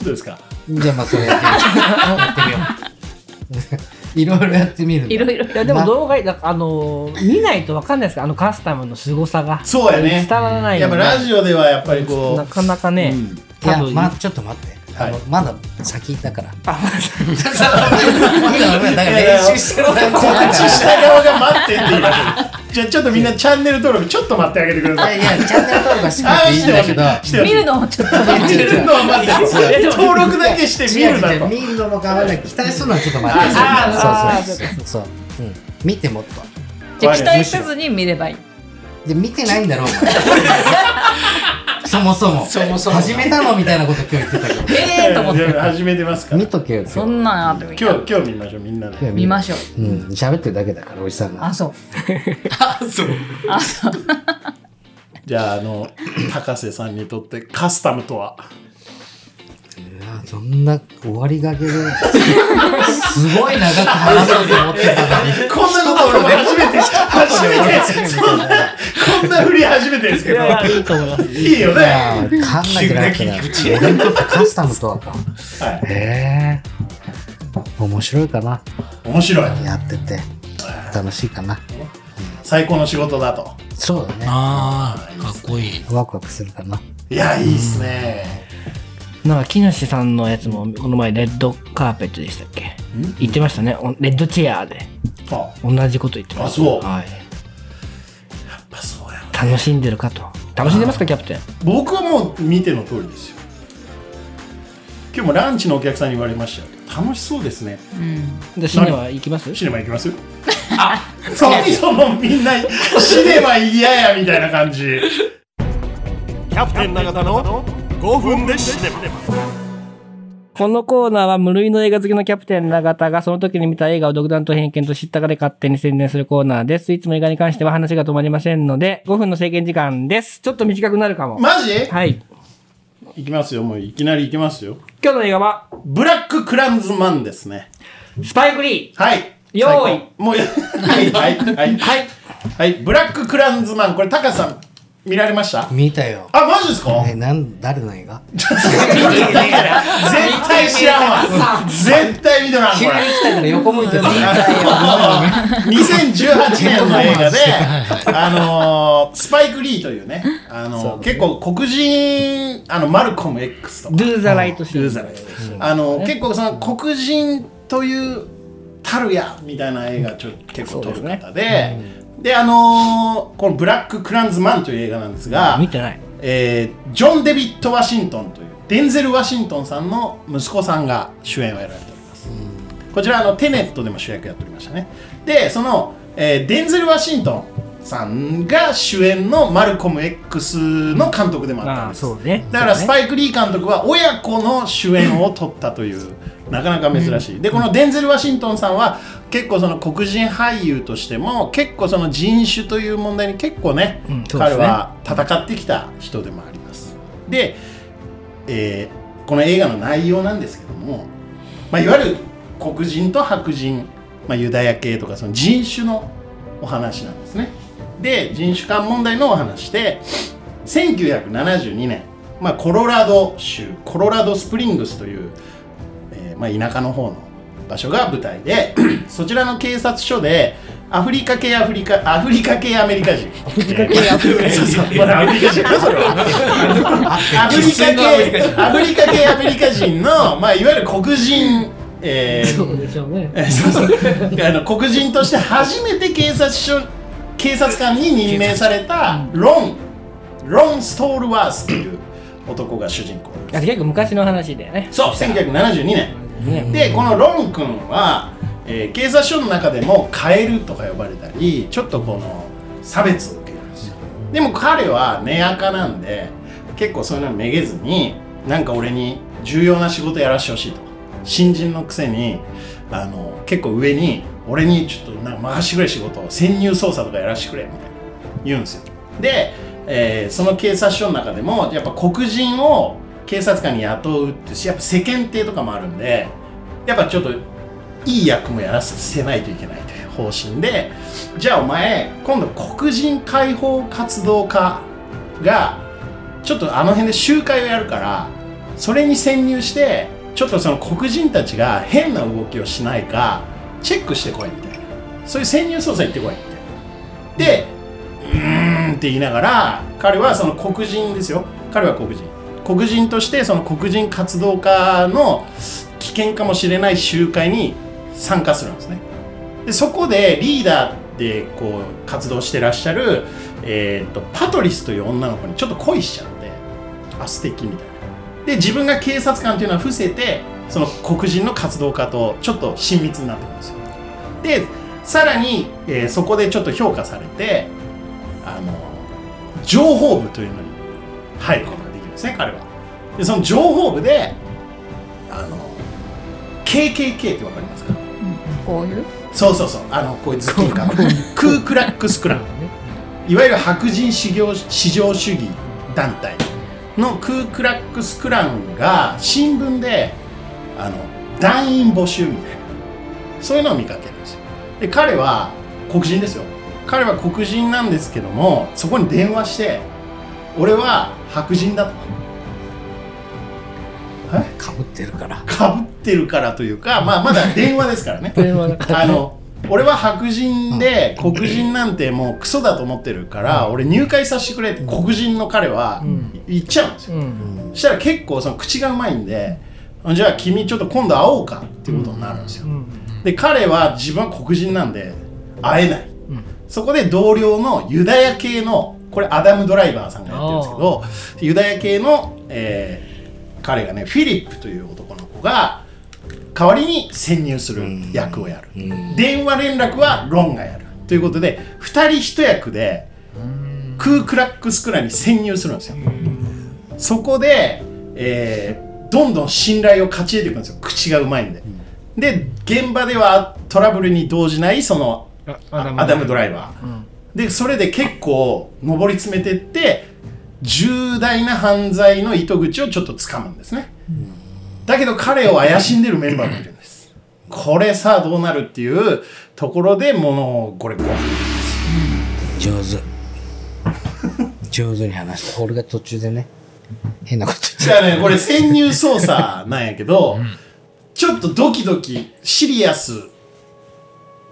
A: うですか
F: じゃあまあそれ やってみようやってみよういろいろや
D: いろいろ
F: ってみるんだ
B: いやでも動画なんかあのー見ないとわかんないですからあのカスタムの凄さが
A: そうやね
B: 伝わらない
A: やっぱラ
B: ジ
A: ジオではやっぱりこ
B: な
A: う
B: かなかね、
A: うん
F: いや
B: 多、分
F: ま、ちょっと待って、あの
A: は
F: まだ先だから。あ、まだ、まだ、だから練習してるだけ
A: 告知した側が待ってって言いましょうじゃあちょっとみんなチャンネル登録ちょっと待ってあげてくだ
F: い
A: さ
F: や
A: い
F: いや、チャンネル登録はしなく
A: あ
F: て
A: ー
F: いい
A: し
F: ん
A: て
F: だ
A: ほ
F: け
A: しい
F: ど、
A: してほし
D: 見
A: い
D: るのもちょっと
A: 見てるのは待って 登録だけして見るなと
F: 違う違う見るのも変わらない。期待するのはちょっと待って。
B: あー
F: そうそうそう。そう。うん。見てもっと。
D: じゃあ期待せずに見ればいい
F: で、見てないんだろう、お前そもそも。そもそも。始めたのみたいなこと今日言ってたけど。
D: ええと思って
A: 始めてますから
F: 見とけよ、今日
D: そんなんあってもいい
A: 今日今日見ましょうみんなで
F: 今日
D: 見ま
F: ょ
D: しょう
F: う。うん。喋ってるだけだから、おじさんが
D: あ。そう
A: じゃあ、あの、高瀬さんにとってカスタムとは。
F: いやそんな終わり がけですごい長く話そうと思ってたのに
A: こんなこと俺も初めて、初めて、そんな、こんな振り初めてですけど。いいと思います。いいよ
F: い
A: ね。
F: や考えてなかったな俺にとってカスタムとはか
A: は。
F: へえ面白いかない
A: 面白い。
F: やってて楽しいかな
A: 最高の仕事だと。
F: そうだね
C: ああ、かっこいい。
F: ワクワクするかない
A: や、いいっすね。
B: なんか木梨さんのやつもこの前レッドカーペットでしたっけ言ってましたねおレッドチェアで
A: あ、
B: 同じこと言ってました
A: あそう
B: はい、
A: やっぱそうや。
B: 楽しんでるかと楽しんでますかキャプテン
A: 僕はもう見ての通りですよ。今日もランチのお客さんに言われましたよ。楽しそうですね。
B: でシネマ行きます
A: シネマ行きますあ、そもそもみんな、シネマ嫌やみたいな感じ。
G: キャプテン永田の5分でシネマ
B: このコーナーは無類の映画好きのキャプテン永田がその時に見た映画を独断と偏見と知ったかで勝手に宣伝するコーナーです。いつも映画に関しては話が止まりませんので、5分の制限時間です。ちょっと短くなるかも。
A: マジ
B: はい。
A: いきますよ、もういきなりいきますよ。
B: 今日の映画は、
A: ブラッククランズマンですね。
B: スパイクリ
A: はい。
B: よーい
A: 最高もう、はい、はい、はい。はい。はい、ブラッククランズマン、これ、タカさん、見られました
F: 見たよ
A: あ、マジですか
F: えなん誰の映画
A: 絶対知らんわ。絶対見てらん、こ
F: 急に
A: れ。
F: 来たから横向いて
A: 2018
F: た
A: 年の映画 で、あのー、スパイク・リーというね、あのー、結構黒人、あの、マルコム X とか
B: ー、ドゥーザライトシーン。
A: あの結構その黒人というタルヤみたいな映画ちょ結構撮る方で、で、あのーこの「ブラック・クランズマン」という映画なんですが、
B: 見てない
A: えージョン・デビッド・ワシントンというデンゼル・ワシントンさんの息子さんが主演をやられております、こちらあのテネットでも主役やっておりましたねでその、えーデンゼル・ワシントンさんが主演のマルコム X の監督でもあったん
B: ああ
A: です
B: そうね
A: だから
B: そ
A: ス
B: うね
A: パイク・リー監督は親子の主演を取ったというなかなか珍しいでこのデンゼル・ワシントンさんは結構その黒人俳優としても結構その人種という問題に結構ね,、
B: うんそうですね
A: 彼は戦ってきた人でもありますで、えーこの映画の内容なんですけども、まあ、いわゆる黒人と白人、まあ、ユダヤ系とかその人種のお話なんですねで人種間問題のお話で1972年、まあ、コロラド州コロラドスプリングスという、えーまあ、田舎の方の場所が舞台で そちらの警察署でアフリカ系アフリカアフリカ系アメリカ人アフリカ系アフリカ人そうそうまだアフリカ人だよそれはアフリカ
C: 生のアメリ
A: 系
C: カ
A: アフリカ系アメリカ人の、まあ、いわゆる黒人、えー
B: そうでしょうね
A: えそうそうあの黒人として初めて警察署警察官に任命されたロンロン・ストールワースという男が主人公
B: あ結構昔の話だよね
A: そう1972年
B: ね
A: でこのロン君は、えー警察署の中でもカエルとか呼ばれたりちょっとこの差別を受けるんですよでも彼は根垢なんで結構そういうのめげずになんか俺に重要な仕事やらしてほしいと新人のくせにあの結構上に俺にちょっとなんか回してくれ仕事を潜入捜査とかやらしてくれみたいな言うんですよで、えーその警察署の中でもやっぱ黒人を警察官に雇うってしやっぱ世間体とかもあるんでやっぱちょっといい役もやらせないといけないという方針でじゃあお前今度黒人解放活動家がちょっとあの辺で集会をやるからそれに潜入してちょっとその黒人たちが変な動きをしないかチェックしてこいみたいなそういう潜入捜査行ってこいみたいな。でうーんって言いながら彼はその黒人ですよ彼は黒人黒人としてその黒人活動家の危険かもしれない集会に参加するんですねでそこでリーダーでこう活動してらっしゃる、えー、とパトリスという女の子にちょっと恋しちゃってあ素敵みたいなで自分が警察官というのは伏せてその黒人の活動家とちょっと親密になってくるんですよでさらに、えーそこでちょっと評価されてあの情報部というのに入ることができるんですね彼はでその情報部であの KKK ってわかりますか
D: こういう
A: そうそうそうあのこういうズッキーニかクークラックスクランいわゆる白人至上至上主義団体のクークラックスクランが新聞であの団員募集みたいなそういうのを見かけるんですよで彼は黒人ですよ彼は黒人なんですけどもそこに電話して俺は白人だと
F: かぶってるから。
A: かぶってるからというかまあまだ電話ですからね
B: 電話だから
A: あの俺は白人で黒人なんてもうクソだと思ってるから俺入会させてくれって黒人の彼は
B: ん
A: 言っちゃうんです
B: う
A: よ
B: ん
A: そしたら結構その口がうまいんでじゃあ君ちょっと今度会おうかっていうことになるんですよで彼は自分は黒人なんで会えないそこで同僚のユダヤ系のこれアダム・ドライバーさんがやってるんですけどユダヤ系の、えー彼がねフィリップという男の子が代わりに潜入する役をやる電話連絡はロンがやるということで2人一役でクークラックスクランに潜入するんですよそこで、えーどんどん信頼を勝ち得ていくんですよ口がうまいんで、で現場ではトラブルに動じないその
B: あ
A: あアダム・ドライバー、でそれで結構上り詰めてって重大な犯罪の糸口をちょっと掴むんですね、だけど彼を怪しんでるメンバーもいるんです これさあどうなるっていうところでものこれ5分
F: 上手。上手に話した。俺が途中でね、変なこと言って
A: じゃあね、これ潜入捜査なんやけど、ちょっとドキドキシリアス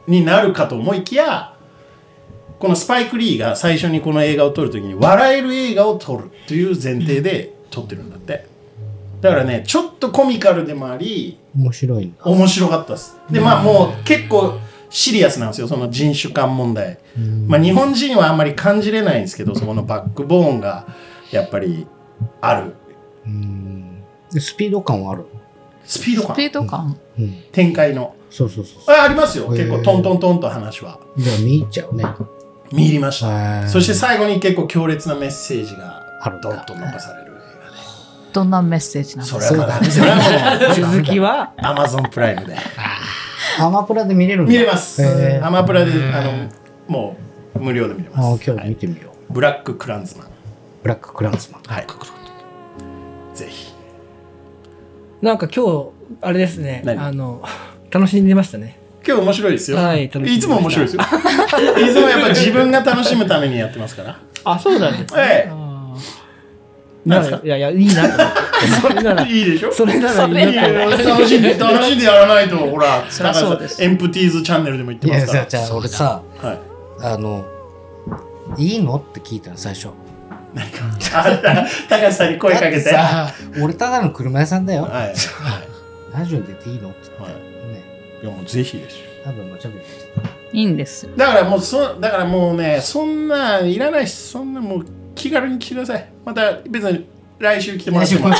A: になるかと思いきや、このスパイク・リーが最初にこの映画を撮るときに笑える映画を撮るという前提で撮ってるんだって。だからねちょっとコミカルでもあり
F: 面白いんだ。
A: 面白かったですでまあもう結構シリアスなんですよその人種間問題、まあ、日本人はあんまり感じれないんですけどそこのバックボーンがやっぱりある
F: うんでスピード感はある。
A: スピード
D: ス
A: 感
D: ピード感。
F: うん。
A: 展開の
F: そうそうそうそう。
A: あありますよ
F: へー
A: 結構トントントンと話は
F: じゃあ見入っちゃうね。
A: 見入りました
F: はい
A: そして最後に結構強烈なメッセージが
F: あるん
A: ドン
F: だ。
A: と残される映画で
D: どんなメッセージなの
A: それはまだそれはもう
B: 続きは
A: アマゾンプライムで
F: アマプラで見れるんだ。
A: 見れます
F: へー
A: アマプラであのもう無料で見れま
F: あ
A: す
F: 今日見てみよう。
A: ブラッククランズマン
F: ブラッククランスマン。
A: はいぜひ
B: なんか今日あれですね
A: 何
B: あの楽しんでましたね
A: 今日面白いですよ
B: はい楽しみ
A: いつも面白いですよいつもやっぱ自分が楽しむためにやってますから
B: あそうなんです
A: ええなんですか
B: いやいやいいなと思 ってそれなら
A: いいでしょ
B: それならいいなと思って
A: 楽しんで楽しんでやらないとほら
D: そりゃそうで
A: なんか
D: す
A: さエンプティーズチャンネルでも言って
F: い
A: ま
F: や
A: す
F: じ
A: か
F: ゃあじゃあ俺さ
A: らはい
F: あのいいのって聞いたの最初。
A: あ高橋さんに声かけて
F: だ ってさ俺ただの車屋さんだよ。
A: はい
F: ラジオに出ていいのって言っ
A: は
F: て、
A: い
F: ね、
A: いやもうぜひですよ
F: 多分無茶ぶりしちゃっ
D: いいんですよ。
A: だからもうそだからもうねそんないらないしそんなもう気軽に来てくださいまた別に来週来て
F: た。
A: もら
F: 来
A: って
F: 週
A: も
F: 来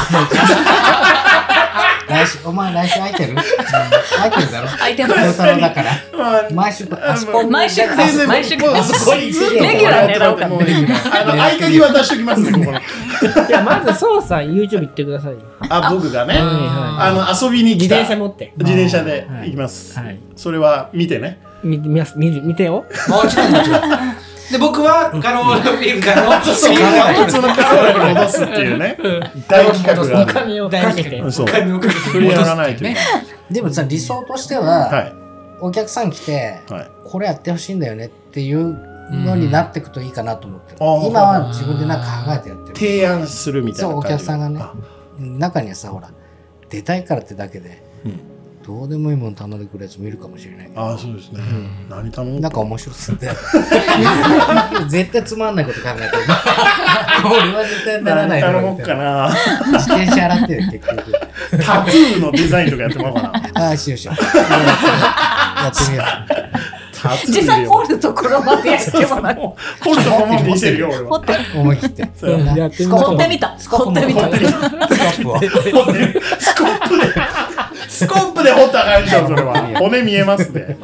F: 週お前来週空いてる？うん空いてるだろ。
D: 空いて
F: ト
D: ま
F: ヨ
D: す。
F: タロだから
A: まあ
F: 毎週あそこ
D: 毎週来
A: 全然
D: 毎週
A: もう
D: 来ます
A: そこにずっと
D: レギュラー狙おうかな
A: もうあの合鍵渡しておきますねここの
B: いやまずそうさん YouTube 行ってくださいよ
A: あ僕がね
B: は
A: あの遊びに
B: い
A: 来
B: 自
A: た
B: 転車持って
A: 自転車で行きます
B: はい
A: それは見てね
B: 見見ます見見てよ
C: もちろんもちろん。で僕はカローラビールからの
A: そう普通のカロラに戻すっていうね大企画が
B: お
A: あ
B: 金をかけて
A: るそう
C: 金をかけて
A: 振りやらないという
F: でもさ理想としては、
A: は
F: お客さん来て
A: いはい
F: これやってほしいんだよねっていうのになっていくといいかなと思ってる、
A: うん
F: 今は自分でなんか考えてやってる
A: 提案するみたいな感じ
F: そうお客さんがね
A: あ
F: 中にはさほら出たいからってだけで、どうでもいいもの頼んでくるやつもいるかもしれないけど
A: あそうですね何頼む
F: なんか面白そうで 絶対つまんないこと考えてる俺は絶対ならな
A: 何
F: いだ
A: 頼
F: ろう
A: も
F: み
A: う
F: たい
A: か
F: な
A: な
F: 自転車洗ってる結局
A: タトゥーのデザインとかやってもらおうかな
F: ああしよう しようやってみよう
A: タトゥー
D: 実際掘るところまでやってもらって。
A: もう掘るとこも見せるよ俺
D: 掘
A: は
D: って、
F: 思い切って。
A: そう
B: うんやってみましょ
D: 掘
B: う
D: ってみた。掘ってみた。
A: 掘ってスコップでスコップで掘った感じだよそれは骨見えますね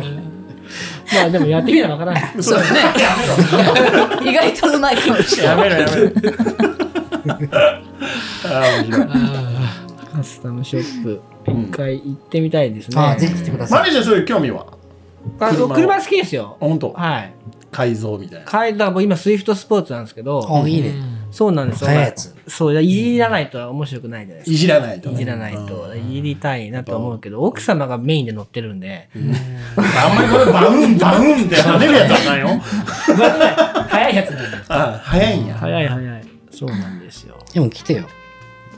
B: まあでもやってみなわからない
A: そうね
D: 意外とうまいかもしれない。
A: やめろやめろあー面白い
B: カスタムショップ一回行ってみたいですね
F: ああ、ぜひ来てくださ
A: マネ
F: い。
A: ージャーそういう興味はあ
B: あの
A: 車を
B: 車好きですよ
A: 本当
B: はい
A: 改造みたいな
B: 買えたらもう今スイフトスポーツなんですけど
F: あいいね。
B: そうなんですよ
F: 早いやつ
B: そういやいじらないと面白くないじゃないです
A: い
B: か
A: じらないと
B: い
A: ね
B: じらないといじりたいなと思うけど奥様がメインで乗ってるんで
A: あんまりこれバウンバウンって跳ねるやつはないよ
B: 早いやつなんです
A: あ早いんや
B: 早い早いそうなんですよ
F: でも来てよ。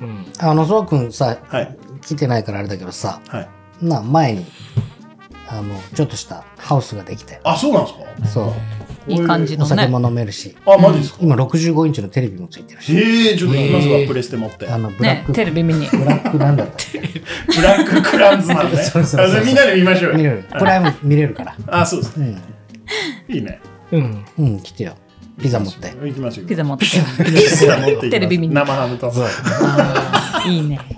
B: うん
F: あの、そうくんさ、
A: はい
F: 来てないからあれだけどさ、
A: はい
F: な、前に、あの、ちょっとしたハウスができたよ。
A: あそうなんですか
F: そう。
D: いい感じ
F: お
D: の
F: 酒
D: ね。
F: も飲めるし。
A: あマジですか
F: 今65インチのテレビもついてるし。
A: へえちょっと行きますわプレステ持って
F: あの、ブラッ
D: ね
F: ク、、
D: テレビ見 に。
F: ブラックなんだったっけ
A: ブラッククランズマンね
F: そうそうそう
A: あそれみんなで見ましょう
F: 見れ
A: よ
F: る。プライム見れるから。
A: あそうです
F: う
A: ね
F: ん。
A: いいね
B: うん
F: うん、来てよ。ピザ持って。
A: 行きましょう
D: ピザ持って。
A: ピザ持って行きます
D: テレビ見に
A: 生ハムと
F: そう。
D: いいね。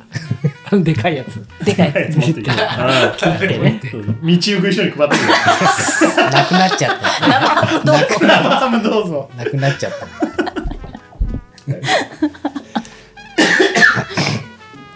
B: でかいやつ。
D: でかい。
A: 持って 行きますはいそうそう道行く人に配ってく
F: なくなっちゃった。
A: る生ハムどうぞ
F: なくなっちゃった。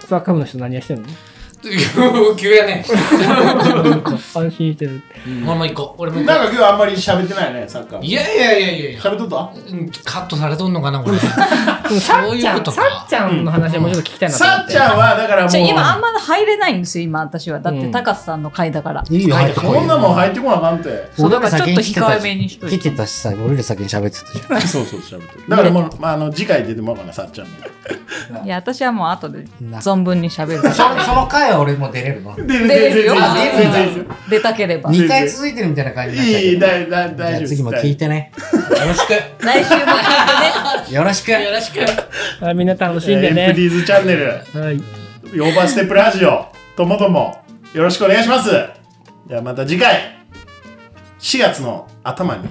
B: スパカムの人何して るの
C: 急やね。
B: 安心してる。
C: ほんま行こう。俺も行こ
A: なんか今日あんまり喋ってないねサッカ
C: う。
A: ー
C: いやいやいやいやいや。
A: 喋っとった
C: うんカットされとんのかな これ。
B: さ
C: そ
B: っ
C: う
B: ち
C: い
B: ゃ、
C: うんこと
B: さ
C: か
B: っち。ゃんの話はもうちょっと聞きたいなと思
A: さ
B: っ。
A: ってちゃんはだから
D: じゃあ
A: もう
D: 今あんま入れないんですよ、今私は。だって高瀬さんの回だから。
F: いいよ、入ってこいよ
A: こんなもん入ってこなあかんて
D: そうだから
F: 俺ら先
D: ちょっと控えめにしといて
F: 来てたしさ、俺ら先に喋ってたじゃん。
A: そうそう喋ってるだからもう、まあ、あの次回出てもらおうかなさっちゃんに
D: いや、私はもう後で
F: な
D: 存分 に喋る。
F: そその回は俺も出れるの
A: 出
D: 出れるよ
A: 全然いいですよ。
D: 出たければ。
F: 2回続いてるみたいな感じになっちゃう
A: いい
F: けど
A: だいだい大
F: じ
A: 丈
F: ゃあ
A: 夫
F: 次も聞いてねよろしく
D: 来週も聞いてね。
F: よろしく
C: よろしく。
B: あみんな楽しん
A: エ
B: で
A: ンプ
B: ね
A: リ。ーズチャンネル
B: はい。
A: オーバーステップラジオともどもよろしくお願いしますではまた次回4月の頭に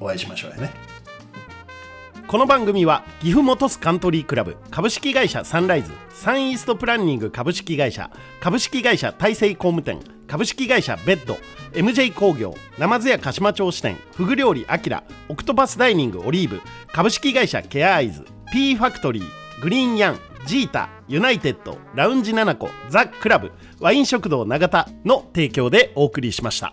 A: お会いしましょうねこの番組は岐阜本スカントリークラブ株式会社サンライズサンイーストプランニング株式会社株式会社大成工務店株式会社ベッド MJ 工業ナマズ屋鹿島町支店フグ料理アキラオクトパスダイニングオリーブ株式会社ケアアイズ P ファクトリーグリーンヤンジータユナイテッドラウンジナナコザ・クラブワイン食堂永田の提供でお送りしました。